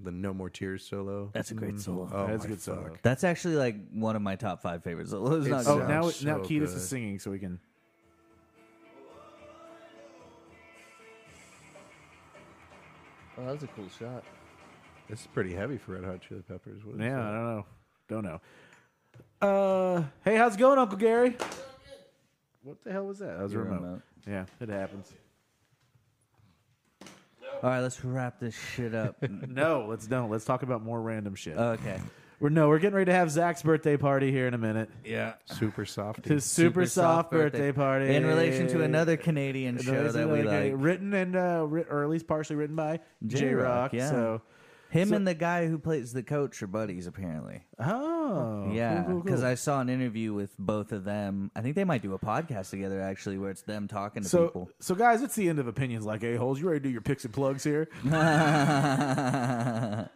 the No More Tears solo. That's a great solo. oh That's my a good solo. fuck. That's actually like one of my top five favorite solos. It's It's- not Oh, good. now Sounds now so Kiedis good. is singing, so we can. Oh, that was a cool shot. It's pretty heavy for Red Hot Chili Peppers. What is Yeah, I that? don't know, don't know. Uh, hey, how's it going, Uncle Gary? What the hell was that? That was a Your remote. remote. Yeah, it happens. All right, let's wrap this shit up. No, let's don't. Let's talk about more random shit. okay. we're no, we're getting ready to have Zach's birthday party here in a minute. Yeah. super soft. His super, soft, birthday, party In relation to another Canadian And show there's that we another guy like. written and uh, writ- or at least partially written by J Rock. J-Rock, yeah. So, Him So- and the guy who plays the coach are buddies, apparently. oh yeah, cool, because cool, cool. I saw an interview with both of them. I think they might do a podcast together, actually, where it's them talking to So, people. so guys, it's the end of opinions like a holes. You ready to do your picks and plugs here? Oh,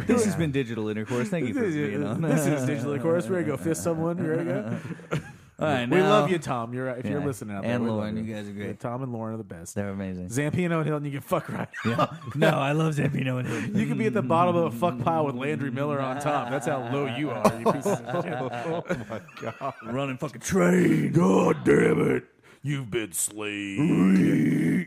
this has been digital intercourse. Thank you for this, being is, on. this is digital, of course. We're gonna go fist someone. We're gonna go. All right, We now- love you, Tom. You're if you're Yeah. listening out there. And we love Lauren, you guys are great. Yeah, Tom and Lauren are the best. They're amazing. Zampino and Hilton, you can fuck right. Yeah. no, I love Zampino and him. You could be at the bottom of a fuck pile with Landry Miller on top. That's how low you are. You piece of shit. Oh Running fucking train. God damn it. You've been slayed.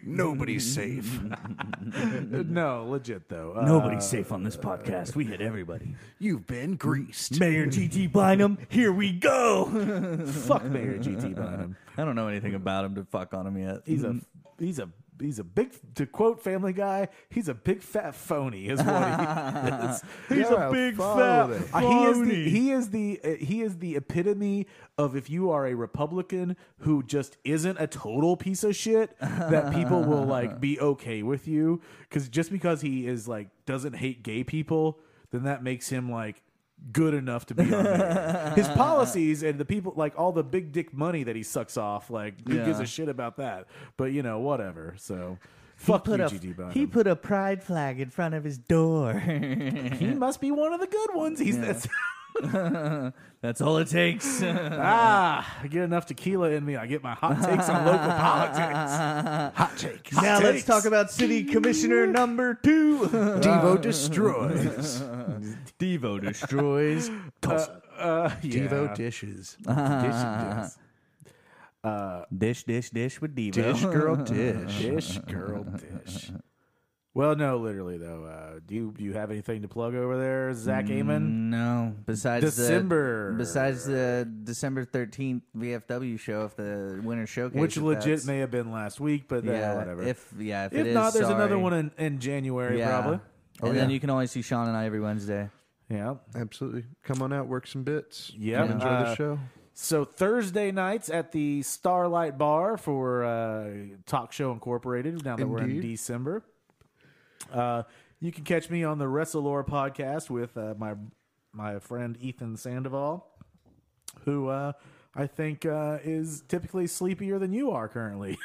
Nobody's safe. no, legit though. Uh, Nobody's safe on this podcast. We hit everybody. You've been greased. Mayor GT Bynum, here we go. Uh, fuck Mayor GT Bynum. I don't know anything about him to fuck on him yet. He's a he's a he's a big to quote Family Guy. He's a big fat phony, is what he is. He's Yeah, a big follow fat. it. Uh, He is the Phony. he is the uh, he is the epitome of if you are a Republican who just isn't a total piece of shit that people will like be okay with you because just because he is like doesn't hate gay people, then that makes him like good enough to be on there. his policies and the people like all the big dick money that he sucks off like who Yeah. gives a shit about that but you know whatever so He fuck put, you a, GD Bynum. he put a pride flag in front of his door. he must be one of the good ones he's this That's all it takes. ah I get enough tequila in me I get my hot takes on local politics Hot take. now let's takes. talk about uh, city commissioner number two. Devo destroys. Devo destroys. uh, yeah. Devo dishes. Dish- dish, dish, dish with Devo. Dish girl dish. dish girl dish well no literally though uh, do you do you have anything to plug over there Zach Mm, Amon No, besides December. The, besides the December thirteenth VFW show, if the winter showcase, which if legit that's- may have been last week but yeah yeah, whatever If yeah, if, If it is, not, there's another sorry. one in, in January yeah. probably. Oh, and then you can always see Sean and I every Wednesday. Yeah. Absolutely. Come on out, work some bits. Yeah. Come enjoy Uh, the show. So Thursday nights at the Starlight Bar for uh, Talk Show Incorporated. Now that we're in Indeed. December, uh, you can catch me on the Wrestlelore podcast with uh, my my friend Ethan Sandoval, who uh, I think uh, is typically sleepier than you are currently.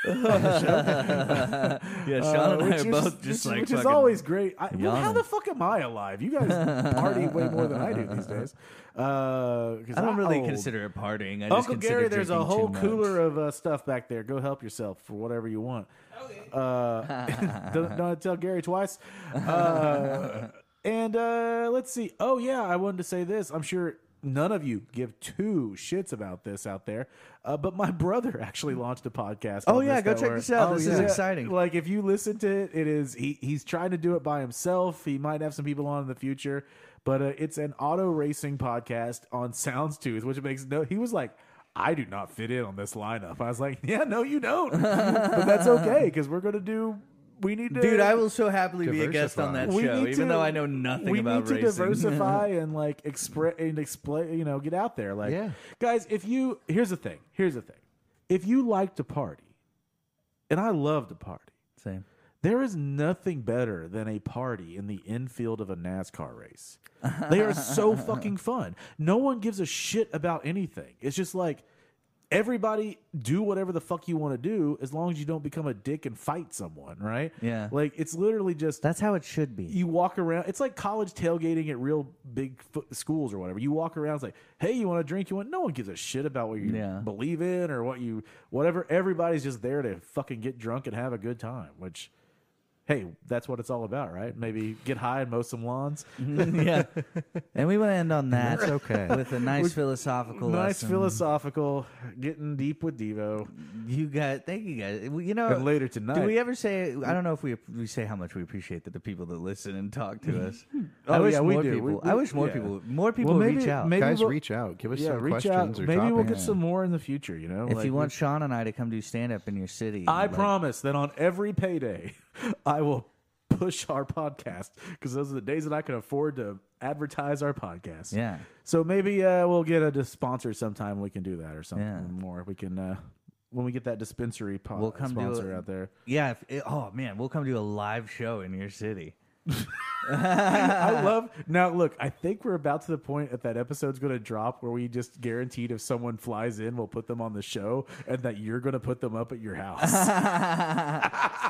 Yeah, Uh, which is- which, is- which is always great. I, well, how yawning. the fuck am I alive? You guys party way more than I do these days. Uh, 'cause I don't I'm really old. consider it partying. I just Uncle consider Gary. There's a drinking whole too much. cooler of uh, stuff back there. Go help yourself for whatever you want. Uh, don't, don't tell Gary twice. Uh, and uh, let's see. Oh yeah, I wanted to say this. I'm sure none of you give two shits about this out there, uh, but my brother actually launched a podcast. Oh on yeah, this go that check we're- this out. Oh, this is yeah. exciting. like if you listen to it, it is he he's trying to do it by himself. He might have some people on in the future, but uh, it's an auto racing podcast on Sounds Tooth, which makes no. He was like. I do not fit in on this lineup. I was like, yeah, no, you don't. but that's okay because we're going to do. We need to, Dude, I will so happily be a guest on that Diversify. show, even though I know nothing we about need to racing. diversify and like express and explain. You know, get out there. Like, Yeah. guys, if you here's the thing. Here's the thing. If you like to party, and I love to party, Same. there is nothing better than a party in the infield of a NASCAR race. They are so fucking fun. No one gives a shit about anything. It's just like everybody do whatever the fuck you want to do as long as you don't become a dick and fight someone, right? Yeah. Like it's literally just That's how it should be. you walk around. It's like college tailgating at real big fo- schools or whatever. You walk around, it's like, hey, you want a drink? You want? No one gives a shit about what you Yeah. believe in or what you whatever. Everybody's just there to fucking get drunk and have a good time. Which, hey, that's what it's all about, right? Maybe get high and mow some lawns. Mm-hmm. yeah. And we want to end on that. That's okay. With a nice philosophical nice lesson. philosophical, getting deep with Devo. You got. Thank you guys. Well, You know. And later tonight- Do we ever say? I don't know if we we say how much we appreciate that the people that listen and talk to us. I Oh, wish yeah, we more do. people. We- we- I wish more yeah. people. More people Well, maybe- reach out. maybe Guys, we'll- reach out. Give us yeah, some reach questions out. or Maybe we'll topics. get some more in the future. You know, if like, you want Sean and I to come do stand up in your city, I like, promise that on every payday, I will push our podcast because those are the days that I can afford to advertise our podcast. Yeah. So maybe uh, we'll get a dis- sponsor sometime. We can do that or something Yeah. more. We can uh, when we get that dispensary po- We'll come do sponsor a- out there. Yeah. If it, oh man, we'll come do a live show in your city. I love now. Look, I think we're about to the point that that episode's going to drop where we just guaranteed if someone flies in, we'll put them on the show, and that you're going to put them up at your house.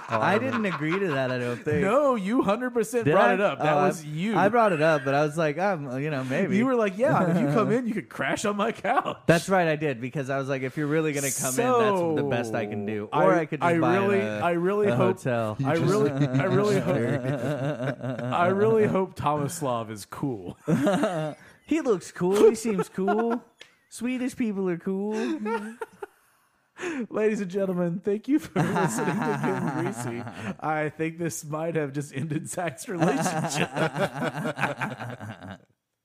Oh, I didn't agree to that. I don't think. no, you hundred percent Did brought I? it up. That Oh, I- was you. I brought it up, but I was like, um, you know, maybe You were like, yeah, if you come in, you could crash on my couch. That's right, I did because I was like, if you're really gonna come in, that's the best I can do. Or I, could just I buy really, a, I really a hope. hotel. I really, I really hope. I really hope Tomislav is cool. He looks cool. He seems cool. Swedish people are cool. Ladies and gentlemen, thank you for listening to Kim Greasy. I think this might have just ended Zach's relationship.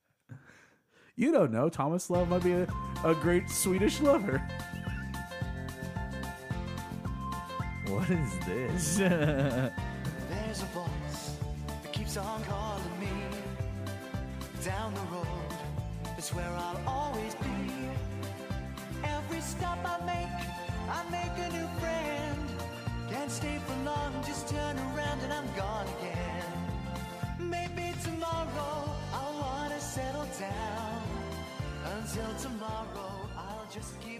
you don't know. Tomislav might be a, a great Swedish lover. What is this? There's a voice that keeps on calling me down the road. It's where I'll always be. Every stop I make, I make a new friend. Can't stay for long, just turn around and I'm gone again. Maybe tomorrow I'll wanna settle down. Until tomorrow, I'll just keep.